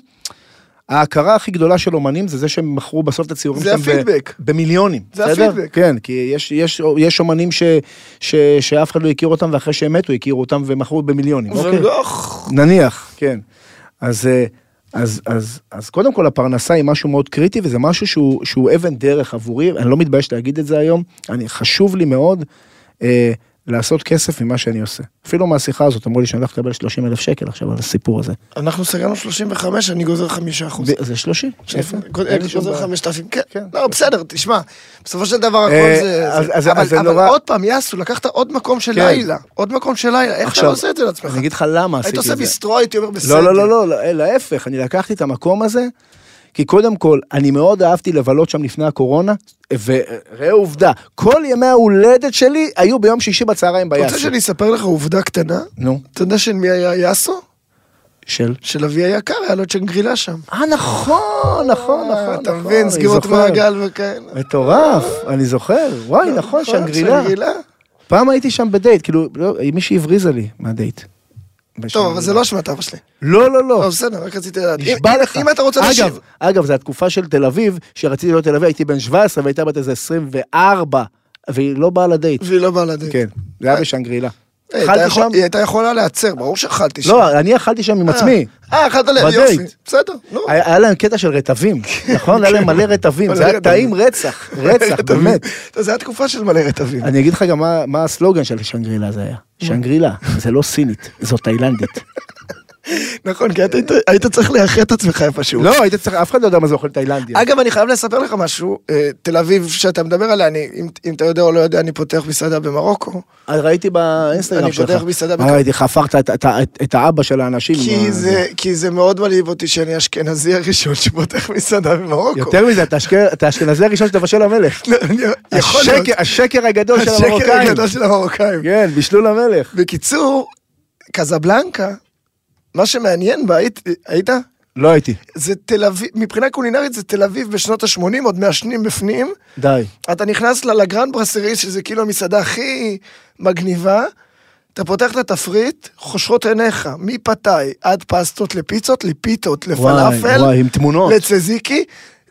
ההכרה הכי גדולה של אומנים זה זה שהם מכרו בסוף את הציורים זה שלהם ב- הפידבק. במיליונים. זה בסדר? הפידבק. כן, כי יש, יש, יש אומנים ש, ש, שאף אחד לא הכיר אותם, ואחרי שהם מתו הכירו אותם ומכרו במיליונים. זה אוקיי? לא... נניח, כן. אז, אה, אז, אז, אז קודם כל הפרנסה היא משהו מאוד קריטי, וזה משהו שהוא, שהוא אבן דרך עבורי, אני לא מתבייש להגיד את זה היום, אני, חשוב לי מאוד אה, לעשות כסף ממה שאני עושה. אפילו מהשיחה הזאת אמרו לי שאני הולך לקבל 30 אלף שקל עכשיו על הסיפור הזה. אנחנו סגרנו 35, אני גוזר 5 אחוז. ו- זה 30? אה, יפה. אין לי שום גוזר בעיה. 5,000, כן. כן. לא, בסדר, תשמע, בסופו של דבר הכל אה, זה... אז- זה- אז- אבל- אז זה אבל נורא- עוד פעם, יאסו, לקחת עוד מקום של כן. לילה. עוד מקום של לילה, איך אתה עכשיו, לא עושה את זה לעצמך? אני אגיד לך למה עשיתי היית את זה. עושה ביסטרו, הייתי אומר בסדר. לא, לא, לא, לא, לא, להפך, אני לקחתי את המקום הזה, כי קודם כל, אני מאוד אהבתי לבלות שם לפני הקורונה, וראה עובדה, כל ימי ההולדת שלי היו ביום שישי בצהריים אתה ביאסו. רוצה שאני אספר לך עובדה קטנה? נו, אתה יודע של מי היה יאסו? של... של אבי היקר, היה לו צ'נגרילה שם. אה, אה, נכון, נכון, נכון. אתה נכון, מבין, אני סגירות זוכר. מעגל וכאלה. מטורף, אני זוכר, וואי, נכון, שנגרילה. פעם הייתי שם בדייט, כאילו, לא, מישהי הבריזה לי מהדייט. טוב, אבל זה לא אשמת אבא שלי. לא, לא, לא. לא, בסדר, רק רציתי לדעת. נשבע אם- לך. אם אתה רוצה אגב, להשיב... אגב, זו התקופה של תל אביב, שרציתי להיות תל אביב, הייתי בן 17 והייתה בת איזה 24, והיא לא באה לדייט. והיא לא באה לדייט. כן, זה היה בשנגרילה. היי, אכלתי אה, אתה יכול- שם- היא הייתה יכולה להיעצר, ברור שאכלתי שם. לא, אני אכלתי שם עם אה. עצמי. אה, אכלת ל... בדייט. יופי. בסדר, נו. היה היה להם קטע של רטבים, נכון? היה להם מלא רטבים, זה מלא היה טעים רטבים. רצח, רצח, באמת. אתה- זה היה תקופה של מלא רטבים. אני אגיד לך גם מה- מה הסלוגן של שנגרילה זה היה. שנגרילה, זה לא סינית, זו תאילנדית. נכון, כי אתה היית- היית צריך לאחר את עצמך איפשהו. לא, היית צריך, אף אחד לא יודע מה זה אוכל תאילנדי. אגב, אני חייב לספר לך משהו, אה, תל אביב שאתה מדבר עליה, אני- אם- אם אתה יודע או לא יודע, אני פותח מסעדה במרוקו, אז ראיתי באינסטגרם אני שלך. פותח מסעדה אה, בק- ראיתי, חפרת את- את- את- את האבא של האנשים. כי אה, זה- כי זה מאוד מלהיב אותי שאני אשכנזי הראשון שפותח מסעדה במרוקו. לא, יותר מזה, אתה אשכ- אתה אשכנזי הראשון שתבשל המלך. אני- יכול להיות. השקר- השקר הגדול של השקר המרוקאים. הגדול של המרוקאים. כן, בישלול המלך. בקיצור, קזבלנקה, מה שמעניין בה, היית- היית? לא הייתי. זה תל אביב, מבחינה קולינרית זה תל אביב בשנות ה-80, עוד מעשנים בפנים. די. אתה נכנס ללגרנד ברסרי, שזה כאילו המסעדה הכי מגניבה, אתה פותח את התפריט, חושכות עיניך, מפתאי עד פסטות לפיצות, לפיתות, וואי, לפלאפל, וואי, עם תמונות. לצזיקי.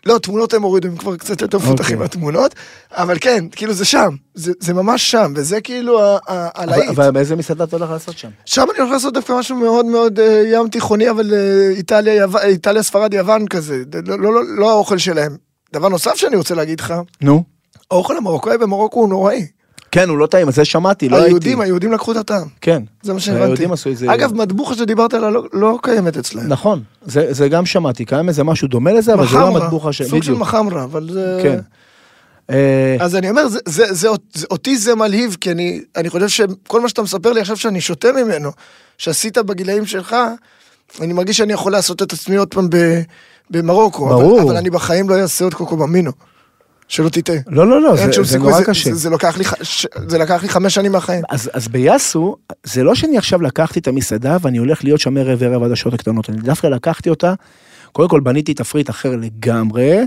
לא, תמונות הם הורידו, הם כבר קצת יותר מפותחים אוקיי. התמונות, אבל כן, כאילו זה שם, זה, זה ממש שם, וזה כאילו ה- ה- אבל- הלהיט. אבל באיזה מסעדה אתה הולך לעשות שם? שם אני הולך לעשות דווקא משהו מאוד מאוד אה, ים תיכוני, אבל אה, איטליה, יו... איטליה, ספרד, יוון כזה, לא, לא, לא, לא האוכל שלהם. דבר נוסף שאני רוצה להגיד לך, נו. האוכל המרוקאי במרוקו הוא נוראי. כן, הוא לא טעים, אז זה שמעתי, לא הייתי. היהודים, היהודים לקחו את הטעם. כן. זה מה שהבנתי. היהודים עשו את זה. אגב, מטבוחה שדיברת עליה לא- לא קיימת אצלהם. נכון, זה זה גם שמעתי, קיים איזה משהו דומה לזה, אבל זה לא מחמרה, המטבוחה ש... סוג של בדיוק. מחמרה, אבל זה... כן. אה, אז אני אומר, זה, זה, זה, אות- זה, אותי זה מלהיב, כי אני, אני חושב שכל מה שאתה מספר לי עכשיו שאני שותה ממנו, שעשית בגילאים שלך, אני מרגיש שאני יכול לעשות את עצמי עוד פעם ב, במרוקו. ברור. אבל, אבל אני בחיים לא אעשה עוד קוקו במינו. שלא תטעה. לא, לא, לא, אין זה- שום זה סיכוי, נורא זה- קשה. זה- זה לקח לי ח- ש- זה לקח לי חמש שנים מהחיים. אז, אז ביאסו, זה לא שאני עכשיו לקחתי את המסעדה ואני הולך להיות שם ערב ערב עד השעות הקטנות, אני דווקא לקחתי אותה, קודם כל בניתי תפריט אחר לגמרי,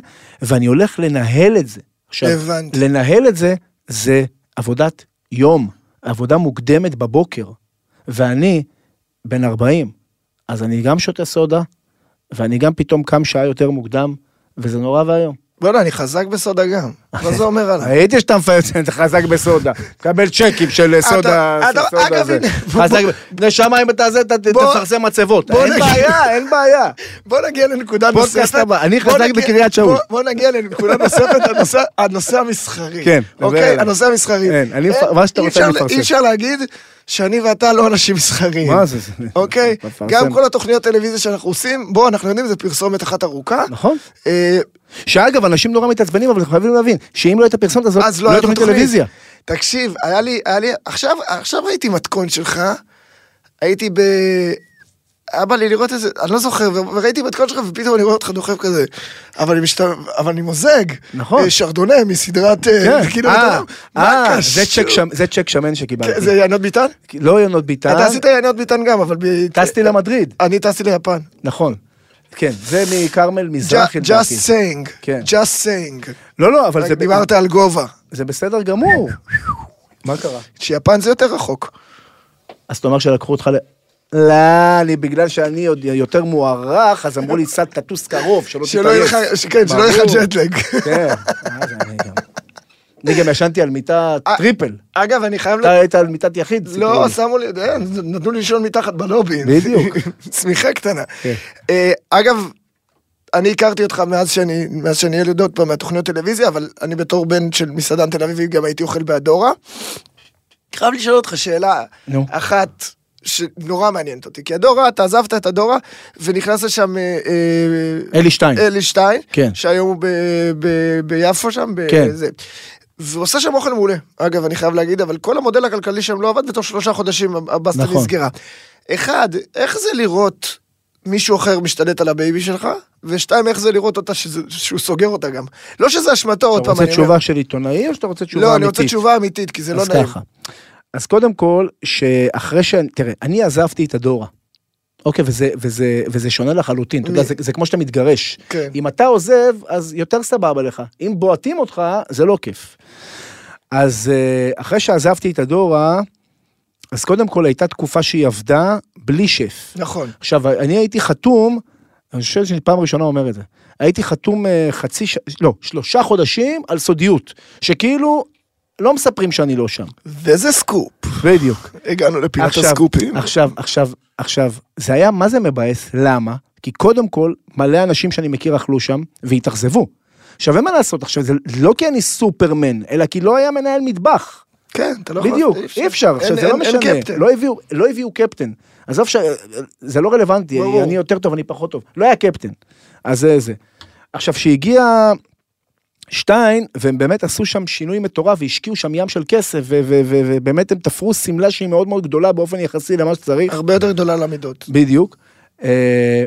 ואני הולך לנהל את זה. עכשיו, הבנתי. לנהל את זה, זה עבודת יום, עבודה מוקדמת בבוקר. ואני בן 40, אז אני גם שותה סודה, ואני גם פתאום קם שעה יותר מוקדם, וזה נורא ואיום. בוא'נה, אני חזק בסודה גם. מה זה אומר עליי? אה, ראיתי שאתה מפייס את חזק בסודה. תקבל צ'קים של סודה, אתה- של סודה אגב, זה. הנה, בוא- חזק, נשמה אם אתה זה, ת- ת- בוא- תפרסם מצבות. בוא אין נגיד- בעיה, אין בעיה. בוא נגיע לנקודה נוספת. פודקאסט הבא, אני בוא חזק נגיע- בקריית שאול. בוא- בוא נגיע לנקודה נוספת, הנושא- הנושא המסחרי. כן, דבר אוקיי, אליי. הנושא המסחרי. אין, אני- אין, מה שאתה אי רוצה אפשר- אני מפרסם. אי אפשר להגיד שאני ואתה לא אנשים מסחריים. מה זה, זה- אוקיי? מפרסם. גם כל התוכניות טלוויזיה שאנחנו עושים, בוא, אנחנו יודעים, זה פרסומת אחת ארוכה. נכון. אה, שאגב, אנשים נורא מתעצבנים, אבל אנחנו חייבים להבין, שאם לא הייתה פרסומת הזאת, אז לא לא היה הייתה תוכנית טלוויזיה. תקשיב, היה לי, היה לי, עכשיו, עכשיו ראיתי מתכון שלך, הייתי ב... היה בא לי לראות איזה, אני לא זוכר, ו- וראיתי מתכון שלך ופתאום אני רואה אותך דוחף כזה, אבל אני משת... אבל אני מוזג. נכון. אה, שרדונה מסדרת, אה, כן. כאילו, אה, אתה יודע, מה אה, קשור? זה צ'ק שמ- זה צ'ק שמן כן, שקיבלתי. זה יענות ביטן? לא יונות ביטן, אתה עשית יענות ביטן גם, אבל... ב- טסתי למדריד, אני טסתי ליפן. נכון. כן, זה מכרמל מזרחי. לדעתי. just saying, כן. just saying. לא, לא, אבל זה, רק דיברת על גובה. זה בסדר גמור. מה קרה? שיפן זה יותר רחוק. אז אתה אומר שלקחו אותך ל... לא, אני בגלל שאני עוד יותר מוערך, אז אמרו לי, סע תטוס קרוב, שלא שלא יהיה לך- ש- כן, שלא יהיה לך לא ברור. ג'טלג. כן, אז אני גם... אני גם ישנתי על מיטה אה, טריפל. אגב, אני חייב... אתה היית על מיטת יחיד. סיפרו לא, לי. שמו לי, אה, נתנו לי לישון מתחת בלובי. בדיוק. צמיחה קטנה. כן. אה, אגב, אני הכרתי אותך מאז שאני, מאז שאני ילד עוד פעם מהתוכניות טלוויזיה, אבל אני בתור בן של מסעדן תל אביבי גם הייתי אוכל באדורה. חייב לשאול אותך שאלה נו. אחת שנורא מעניינת אותי, כי אדורה, אתה עזבת את אדורה ונכנס לשם אה, אה, אלי שטיין. אלי שטיין, כן. שהיום הוא ב, ב, ביפו שם, ב, כן. זה. והוא עושה שם אוכל מעולה, אגב, אני חייב להגיד, אבל כל המודל הכלכלי שם לא עבד, בתוך שלושה חודשים הבסטה נכון. נסגרה. אחד, איך זה לראות מישהו אחר משתלט על הבייבי שלך? ושתיים, איך זה לראות אותה שזה, שהוא סוגר אותה גם? לא שזה אשמתו, עוד אתה פעם, רוצה אני אומר. תשובה של עיתונאי או שאתה רוצה תשובה אמיתית? לא, אני רוצה תשובה אמיתית, כי זה לא אז נעים. ככה. אז קודם כל, שאחרי ש... תראה, אני עזבתי את הדורה. אוקיי, וזה, וזה, וזה שונה לחלוטין, אתה יודע, מי- זה, זה כמו שאתה מתגרש. כן. אם אתה עוזב, אז יותר סבבה לך. אם בועטים אותך, זה לא כיף. אז אה, אחרי שעזבתי את הדורה, אז קודם כל הייתה תקופה שהיא עבדה בלי שף. נכון. עכשיו, אני הייתי חתום, אני חושב שאני פעם ראשונה אומר את זה, הייתי חתום אה, חצי, ש... לא, שלושה חודשים על סודיות, שכאילו לא מספרים שאני לא שם. וזה סקופ. בדיוק. הגענו לפינת עכשיו- הסקופים. עכשיו, עכשיו, עכשיו, זה היה מה זה מבאס, למה? כי קודם כל, מלא אנשים שאני מכיר אכלו שם, והתאכזבו. עכשיו, אין מה לעשות, עכשיו, זה לא כי אני סופרמן, אלא כי לא היה מנהל מטבח. כן, אתה לא יכול... בדיוק, אי אפשר, עכשיו אין- זה לא אין- אין משנה, קפטן. לא הביאו- לא הביאו קפטן. עזוב ש... זה לא רלוונטי, ברור. אני יותר טוב, אני פחות טוב. לא היה קפטן. אז זה זה. עכשיו, שהגיע שטיין, והם באמת עשו שם שינוי מטורף, והשקיעו שם ים של כסף, ו- ו- ו- ובאמת הם תפרו שמלה שהיא מאוד מאוד גדולה באופן יחסי למה שצריך. הרבה יותר גדולה למידות. בדיוק. אה,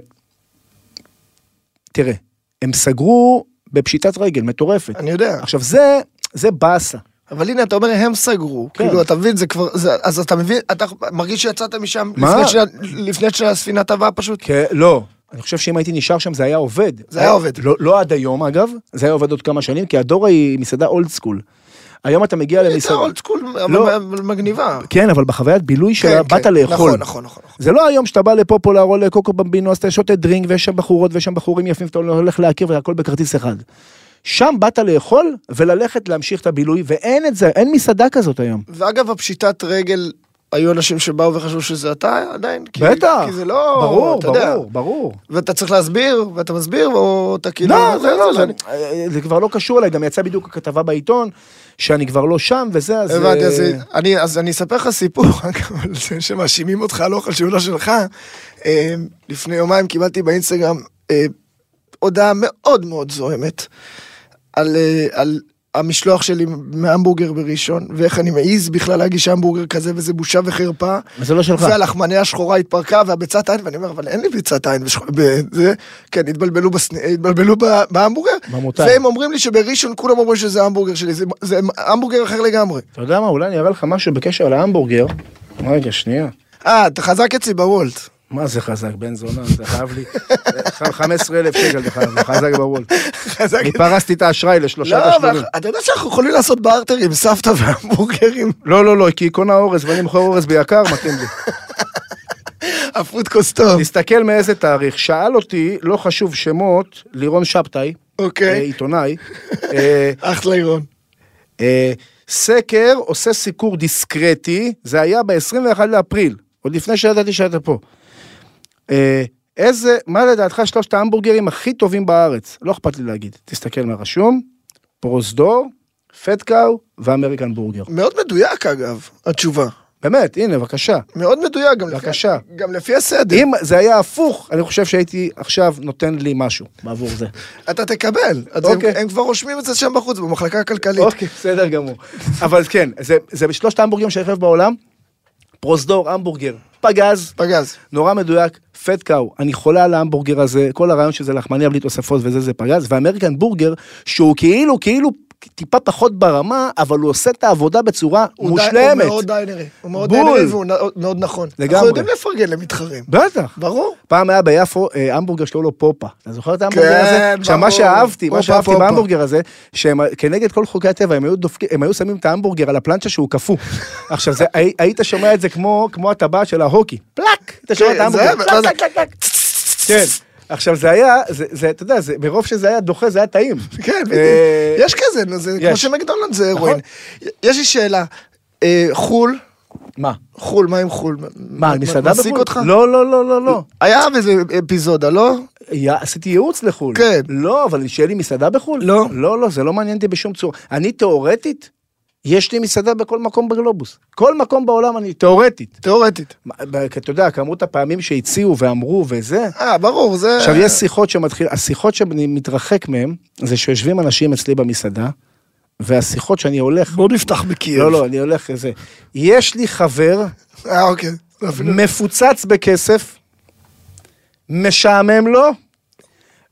תראה, הם סגרו בפשיטת רגל מטורפת. אני יודע. עכשיו, זה, זה באסה. אבל הנה, אתה אומר, הם סגרו. כן. כאילו, אתה מבין, זה כבר... זה- אז אתה מבין, אתה מרגיש שיצאת משם מה? לפני שה- לפני שהספינה טבעה פשוט? כן, לא. אני חושב שאם הייתי נשאר שם זה היה עובד. זה היה עובד. לא, לא עד היום אגב, זה היה עובד עוד כמה שנים, כי הדורה היא מסעדה אולד סקול. היום אתה מגיע הייתה למסעדה... אולד סקול לא. אבל מגניבה. כן, אבל בחוויית בילוי שלה, באת כן, לאכול. נכון, נכון, נכון. נכון. זה לא היום שאתה בא לפופולר או לקוקו במבינו, אז אתה שותה דרינק ויש שם בחורות ויש שם בחורים יפים שאתה הולך להכיר והכל בכרטיס אחד. שם באת לאכול וללכת להמשיך את הבילוי, ואין את זה, אין מסעדה כזאת היום. ואגב, הפשיטת רגל, היו אנשים שבאו וחשבו שזה אתה עדיין. כי- בטח. כי זה לא... ברור, אתה יודע. ברור, ברור. ואתה צריך להסביר, ואתה מסביר, או אתה כאילו... לא, זה לא, זה- אני- זה כבר לא קשור אליי, גם יצאה בדיוק הכתבה בעיתון, שאני כבר לא שם וזה, אז... הבנתי, אה, אז אני, אז אני אספר לך סיפור, אגב, על זה שמאשימים אותך על אוכל שהוא לא שלך. אה, לפני יומיים קיבלתי באינסטגרם אה, הודעה מאוד מאוד זוהמת על, אה, על המשלוח שלי מהמבורגר בראשון, ואיך אני מעז בכלל להגיש המבורגר כזה, וזה בושה וחרפה. זה לא שלך. והלחמניה השחורה התפרקה והביצת עין, ואני אומר, אבל אין לי ביצת עין. ושח... ב- זה, כן, התבלבלו, בסנ... התבלבלו ב- בהמבורגר. במותג. והם אומרים לי שבראשון כולם אומרים שזה המבורגר שלי, זה, זה המבורגר אחר לגמרי. אתה יודע מה, אולי אני אראה לך משהו בקשר להמבורגר. רגע, שנייה. אה, אתה חזק אצלי בוולט. מה זה חזק, בן זונה, אתה חייב לי. 15,000 שקל זה חייב לי, חזק בוולט. חזק אני אצלי. פרסתי את האשראי לשלושה לא, אבל תשלומים. אתה יודע שאנחנו יכולים לעשות בארטרים, סבתא והמבורגרים, לא, לא, לא, כי היא קונה אורז ואני מוכר אורז ביקר, מתאים לי. הפוד קוסטום. תסתכל מאיזה תאריך. שאל אותי, לא חשוב שמות, לירון שבתאי, אה, אוקיי, עיתונאי, אה, אחלה אירון. אה, סקר עושה סיקור דיסקרטי, זה היה ב-21 לאפריל, עוד לפני שידעתי שאתה פה. אה, איזה, מה לדעתך שלושת ההמבורגרים הכי טובים בארץ? לא אכפת לי להגיד. תסתכל מה רשום, פרוזדור, פטקאו ואמריקן בורגר. מאוד מדויק אגב, התשובה. באמת, הנה, בבקשה. מאוד מדויק, גם לפי- בבקשה. גם לפי הסדר. אם זה היה הפוך, אני חושב שהייתי עכשיו נותן לי משהו בעבור זה. אתה תקבל. אז הם- אוקיי. הם כבר רושמים את זה שם בחוץ, במחלקה הכלכלית. אוקיי, בסדר גמור. אבל כן, זה- זה בשלושת ההמבורגרים שאני חושב בעולם, פרוזדור, המבורגר, פגז, פגז. נורא מדויק, פט קאו, אני חולה על ההמבורגר הזה, כל הרעיון שזה לחמניה בלי תוספות וזה זה פגז, ואמריקן בורגר, שהוא כאילו, כאילו טיפה פחות ברמה, אבל הוא עושה את העבודה בצורה הוא די- מושלמת. הוא מאוד דיינרי. הוא מאוד בול. דיינרי והוא נא- מאוד נכון. לגמרי. אנחנו יודעים לפרגן למתחרים. בטח. ברור. פעם היה ביפו אה, המבורגר שלו לו פופה. אתה זוכר את ההמבורגר כן, הזה? עכשיו, מה ברור. שאהבתי, מה פופה, שאהבתי פופה. בהמבורגר הזה, שהם כנגד כל חוקי הטבע, הם היו דופקים, הם היו שמים את ההמבורגר על הפלנצ'ה שהוא קפוא. עכשיו, זה- הי- היית שומע את זה כמו כמו הטבעת של ההוקי. פלאק! היית שומע כן, את זה ההמבורגר. היה- פלאק, פלאק, פלאק, פלאק. כן. עכשיו, זה היה, זה- זה, אתה יודע, זה- מרוב שזה היה דוחה, זה היה טעים. כן, בדיוק. אה, יש כזה, נו, זה כמו יש. נכון. שמקדונלד זה הרואין. יש לי שאלה. אה, חו"ל, מה? חו"ל, מה עם חו"ל? מה, על מסעדה מעסיק בחו"ל? אותך? לא, לא, לא, לא, לא. היה איזה אפיזודה, לא? יא- עשיתי ייעוץ לחו"ל. כן. לא, אבל שיהיה לי מסעדה בחו"ל? לא. לא, לא, זה לא מעניין אותי בשום צורה. אני תיאורטית, יש לי מסעדה בכל מקום בגלובוס. כל מקום בעולם אני תיאורטית. תיאורטית. מה, ב- כי אתה יודע, כמות הפעמים שהציעו ואמרו וזה. אה, ברור, זה... עכשיו, יש שיחות שמתחיל, השיחות שאני מתרחק מהן, זה שיושבים אנשים אצלי במסעדה, והשיחות שאני הולך... בוא נפתח בקייב. לא, לא, אני הולך איזה... יש לי חבר אה, אוקיי. אפילו- מפוצץ בכסף, משעמם לו,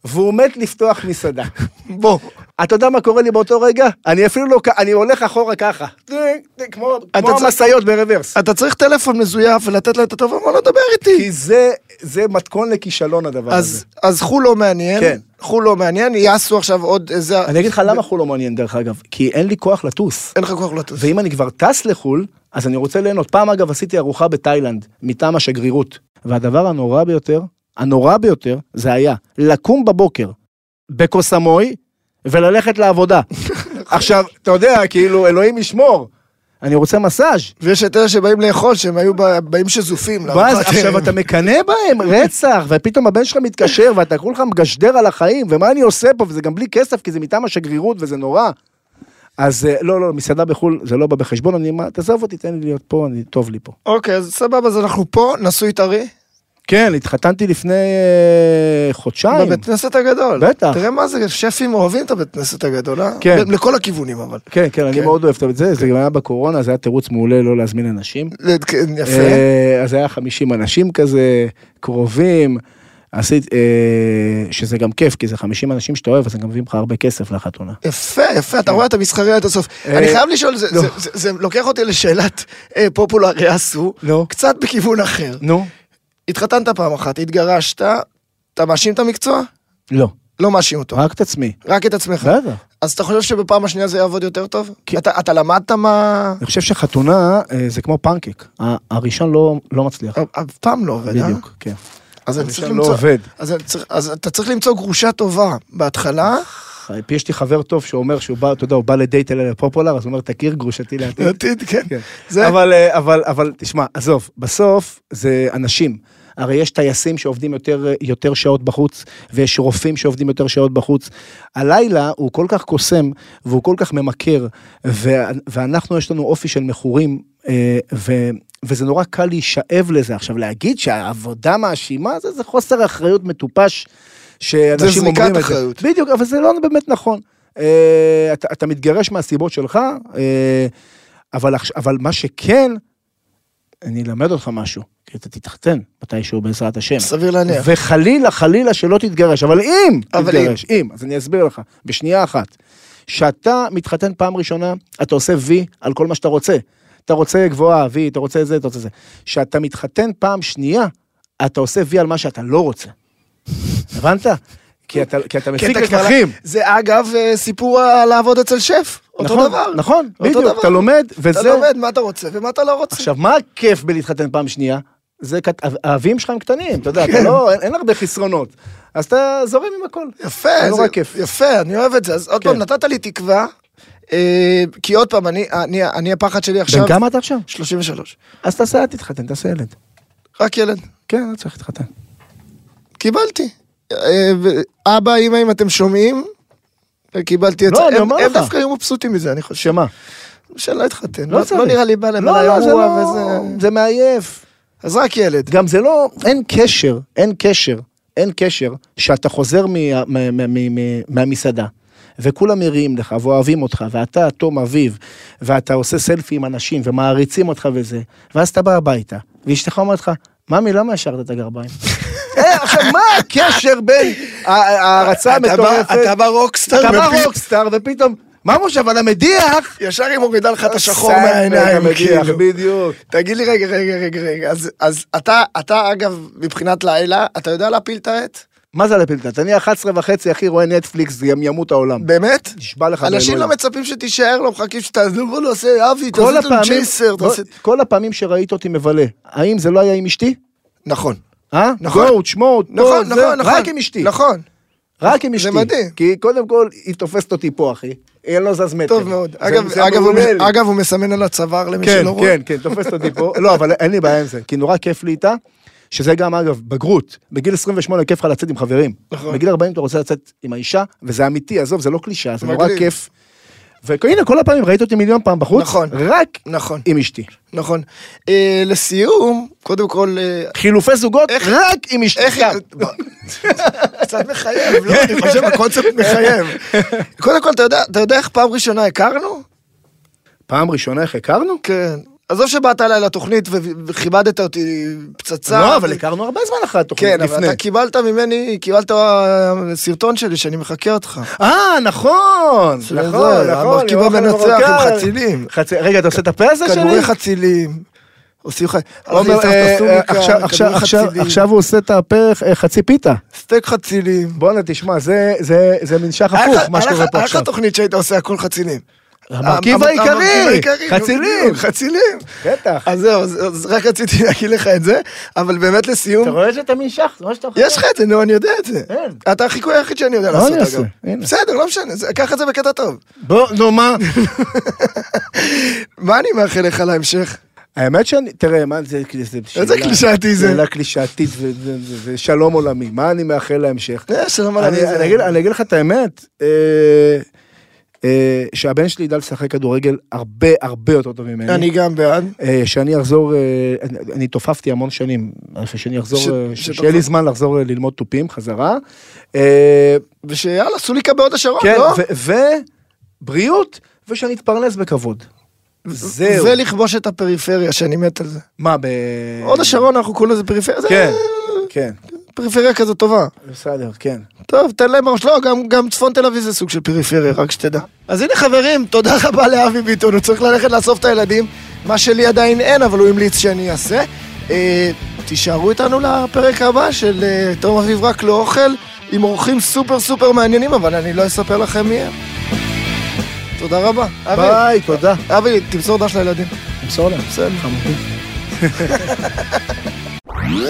והוא מת לפתוח מסעדה. בוא. אתה יודע מה קורה לי באותו רגע? אני אפילו לא, כ- אני הולך אחורה ככה. טק, טק, כמו כמו צריך- המשאיות ברוורס. אתה צריך טלפון מזויף ולתת לה את הטוב, אמר לו, דבר איתי. כי זה, זה מתכון לכישלון הדבר הזה. אז אז חו"ל לא מעניין. כן. חו"ל לא מעניין, יעשו עכשיו עוד איזה... אני אגיד לך למה חו"ל לא מעניין דרך אגב, כי אין לי כוח לטוס. אין לך כוח לטוס. ואם אני כבר טס לחו"ל, אז אני רוצה ליהנות. פעם אגב עשיתי ארוחה בתאילנד, מטעם השגרירות. והדבר הנורא ביותר, הנורא ביותר, זה היה לקום בבוקר בקוסמוי וללכת לעבודה. עכשיו, אתה יודע, כאילו, אלוהים ישמור. אני רוצה מסאז'. ויש את אלה שבאים לאכול, שהם היו ב- באים שזופים. ואז לארוחת עכשיו ערב. אתה מקנא בהם, רצח, ופתאום הבן שלך מתקשר ואתה כולך מגשדר על החיים, ומה אני עושה פה, וזה גם בלי כסף, כי זה מטעם השגרירות וזה נורא. אז אה, לא, לא, מסעדה בחו"ל, זה לא בא בחשבון, אני, מה, תעזוב אותי, תן לי להיות פה, אני, טוב לי פה. אוקיי, אז סבבה, אז אנחנו פה, נשוי טרי, כן, התחתנתי לפני אה, חודשיים. בבית כנסת הגדול. בטח. תראה מה זה, שפים אוהבים את הבית כנסת הגדול, אה? כן. ל- לכל הכיוונים, אבל. כן, כן, אני כן. מאוד אוהב את זה, זה גם היה בקורונה, זה היה תירוץ מעולה לא להזמין אנשים. ל- כן, יפה. אה, אז היה 50 אנשים כזה, קרובים, עשית, אה, שזה גם כיף, כי זה 50 אנשים שאתה אוהב, אז הם גם מביאים לך הרבה כסף לחתונה. יפה, יפה, אתה רואה את המסחרי עד הסוף. כן. אה, אני חייב לשאול, זה- לא. זה- זה- זה לוקח אותי לשאלת אה, פופולר יעשו, נו. קצת בכיוון אחר. נו. התחתנת פעם אחת, התגרשת, אתה מאשים את המקצוע? לא, לא מאשים אותו, רק את עצמי. רק את עצמך. בטח. אז אתה חושב שבפעם השנייה זה יעבוד יותר טוב? כן. אתה אתה למדת מה... אני חושב שחתונה אה, זה כמו פנקק, ה- הראשון לא- לא מצליח. אף פעם לא עובד, אה? בדיוק, כן. אז אני הראשון צריך לא למצוא- עובד. אז אני צריך- אז אתה צריך למצוא גרושה טובה בהתחלה. יש לי חבר טוב שאומר שהוא בא, אתה יודע, הוא בא לדייט אלה לפופולר, אז הוא אומר, תכיר גרושתי לעתיד. עתיד, כן. כן. זה- אבל, אה, אבל, אבל, תשמע, עזוב, בסוף זה אנשים. הרי יש טייסים שעובדים יותר, יותר שעות בחוץ, ויש רופאים שעובדים יותר שעות בחוץ. הלילה הוא כל כך קוסם, והוא כל כך ממכר, ו- ואנחנו, יש לנו אופי של מכורים, אה, ו- וזה נורא קל להישאב לזה. עכשיו, להגיד שהעבודה מאשימה, זה, זה חוסר אחריות מטופש, שאנשים זריקת אומרים את זה. אחריות. בדיוק, אבל זה לא באמת נכון. אה, אתה, אתה מתגרש מהסיבות שלך, אה, אבל, עכש- אבל מה שכן, אני אלמד אותך משהו, כי אתה תתחתן מתישהו בעזרת השם. סביר להניח. וחלילה, חלילה שלא תתגרש, אבל אם אבל תתגרש, אם. אז אני אסביר לך, בשנייה אחת. כשאתה מתחתן פעם ראשונה, אתה עושה וי על כל מה שאתה רוצה. אתה רוצה גבוהה, וי, אתה רוצה זה, אתה רוצה זה. כשאתה מתחתן פעם שנייה, אתה עושה וי על מה שאתה לא רוצה. הבנת? כי אתה, כי אתה מפיק כי אתה כבר- לקחים. זה אגב אה, סיפור על לעבוד אצל שף. אותו נכון, דבר. נכון, אותו בדיוק, דבר. אתה לומד, וזה... אתה לומד מה אתה רוצה ומה אתה לא רוצה. עכשיו, מה הכיף בלהתחתן פעם שנייה? זה, קט- האבים שלך הם קטנים, אתה יודע, אתה לא, אין, אין הרבה חסרונות. אז אתה זורם עם הכל. יפה, זה זה נורא כיף. יפה, אני אוהב את זה. אז עוד כן. פעם, נתת לי תקווה, אה, כי עוד פעם, אני- אני- אני הפחד שלי עכשיו, בן כמה אתה עכשיו? 33. אז תעשה, אל תתחתן, תעשה ילד. רק ילד. כן, לא צריך להתחתן. קיבלתי. אה, ו- אבא, אמא, אם אתם שומעים, קיבלתי את לא, זה. אני הם- אומר הם לך. דווקא היו מבסוטים מזה, אני חושב. שמה? שלא התחתן. לא לא צריך. לא נראה לי בא להם על זה האירוע לא... וזה... זה מעייף. אז רק ילד. גם זה לא... אין קשר, אין קשר, אין קשר שאתה חוזר מה, מה, מה, מה, מה, מהמסעדה. וכולם מריעים לך ואוהבים אותך, ואתה תום אביב, ואתה עושה סלפי עם אנשים ומעריצים אותך וזה, ואז אתה בא הביתה, ואשתך אומרת לך, ממי, למה השארת את הגרביים? אה, עכשיו, מה הקשר בין ה- ההערצה אתה בא- המטורפת? אתה ברוקסטאר. אתה בא רוקסטאר, ופתאום, ממוש, אבל המדיח... ישר היא מורידה אה, לך את השחור מהעיניים, המדיח, כאילו. בדיוק. תגיד לי, רגע, רגע, רגע, רגע, אז- אז אתה, אתה אגב, מבחינת לילה, אתה יודע להפיל את העט? מה זה לפילטת? אני 11 וחצי, אחי, רואה נטפליקס, גם ימות העולם. באמת? נשבע לך אנשים באלוהים. לא מצפים שתישאר לו, מחכים שתעזור לו, נעשה אבי, כל תעשה לנו הפעמים- צ'ייסר, בוא- תעשה... כל הפעמים שראית אותי מבלה, האם זה לא היה עם אשתי? נכון. אה? נכון. גו, תשמור, טוב, נכון, זה- נכון, נכון. רק עם אשתי. נכון. רק עם אשתי. מדהים. כי קודם כל, היא תופסת אותי פה, אחי. אין לו זז מטר. טוב מאוד. זה- אגב, זה אגב, הוא- מעולה לי. אגב, הוא מסמן על הצוואר למי כן, שלא רואה. כן, כן, תופסת אותי פה. לא, אבל אין לי בעיה עם זה, כי נורא כיף לי איתה. שזה גם, אגב, בגרות. בגיל 28 כיף לך לצאת עם חברים. נכון. בגיל 40 אתה רוצה לצאת עם האישה, וזה אמיתי, עזוב, זה לא קלישאה, זה נורא מגניב. כיף. והנה, כל הפעמים ראית אותי מיליון פעם בחוץ, נכון. רק נכון, עם אשתי. נכון. אה, לסיום, קודם כל, אה, חילופי זוגות, איך- רק עם אשתי. איך... גם. קצת מחייב, לא? כן, אני חושב, הקונספט מחייב. קודם כל, אתה יודע- אתה יודע איך פעם ראשונה הכרנו? פעם ראשונה איך הכרנו? כן. עזוב שבאת אליי לתוכנית ו- וכיבדת אותי פצצה. לא, אבל הכרנו הרבה זמן אחרי התוכנית, כן, אבל לפני. אתה קיבלת ממני, קיבלת אה, סרטון שלי שאני מחקה אותך. אה, נכון, זה נכון, זה, נכון. המרכיב יורם המנצח עם ברוקאי. חצילים. חצי- רגע, אתה עושה את הפה הזה שלי? כדורי חצילים. עושים לך... עומר, אחי, אה, סבתא סומיקה, עכשיו- עכשיו- כדורי עכשיו- חצילים, עכשיו הוא עושה את הפה אה, חצי פיתה. סטייק חצילים. בואנה, תשמע, זה- זה- זה מנשך הפוך, מה שקורה פה היה עכשיו. לך תוכנית שהיית עושה הכל חצילים. המרכיב המ- המרכיב העיקרי, העיקרי, חצילים. בדיוק, חצילים. בטח. אז זהו, אז- אז רק רציתי להגיד לך את זה, אבל באמת אתה לסיום, רואה שאתה מנשך? זה מה שאתה חושב. יש לך את זה, נו, אני יודע את זה. אין. אתה החיקוי היחיד שאני יודע לא, לעשות, אני אעשה, אגב. הנה. בסדר, לא משנה, זה- קח את זה בקטע טוב. בוא, נו מה? מה אני מאחל לך להמשך? האמת שאני, תראה, מה זה, זה איזה שאלה- קלישאתי זה. שאלה קלישאתית ו- ו- ו- ושלום עולמי. מה אני מאחל להמשך? אה, שלום על אני- הרזה. אני אגיד- אני אגיד לך את האמת, אה, אה, שהבן שלי ידע לשחק כדורגל הרבה הרבה יותר טוב ממני. אני גם בעד. אה, שאני אחזור, אה, אני- אני תופפתי המון שנים, אז שאני אחזור, ש- אה, ש- שתחזור. שיהיה לי זמן לחזור אה, ללמוד תופים חזרה. אה, ושיאללה, סוליקה בהוד השרון, כן, לא? ובריאות, ושאני אתפרנס בכבוד. זהו. ולכבוש את הפריפריה, שאני מת על זה. מה, ב... הוד השרון, אנחנו קוראים לזה פריפריה, זה כן, כן, פריפריה כזאת טובה. בסדר, כן. טוב, תן להם ראש. לא, גם, גם צפון תל אביב זה סוג של פריפריה, רק שתדע. אז הנה חברים, תודה רבה לאבי ביטון, הוא צריך ללכת לאסוף את הילדים, מה שלי עדיין אין, אבל הוא המליץ שאני אעשה. אה, תישארו איתנו לפרק הבא של אה, תום אביב רק לא אוכל, עם אורחים סופר סופר מעניינים, אבל אני לא אספר לכם מי הם. תודה רבה. אבי, ביי, תודה. אבי, תמסור דש לילדים. תמסור להם, בסדר. חמודי.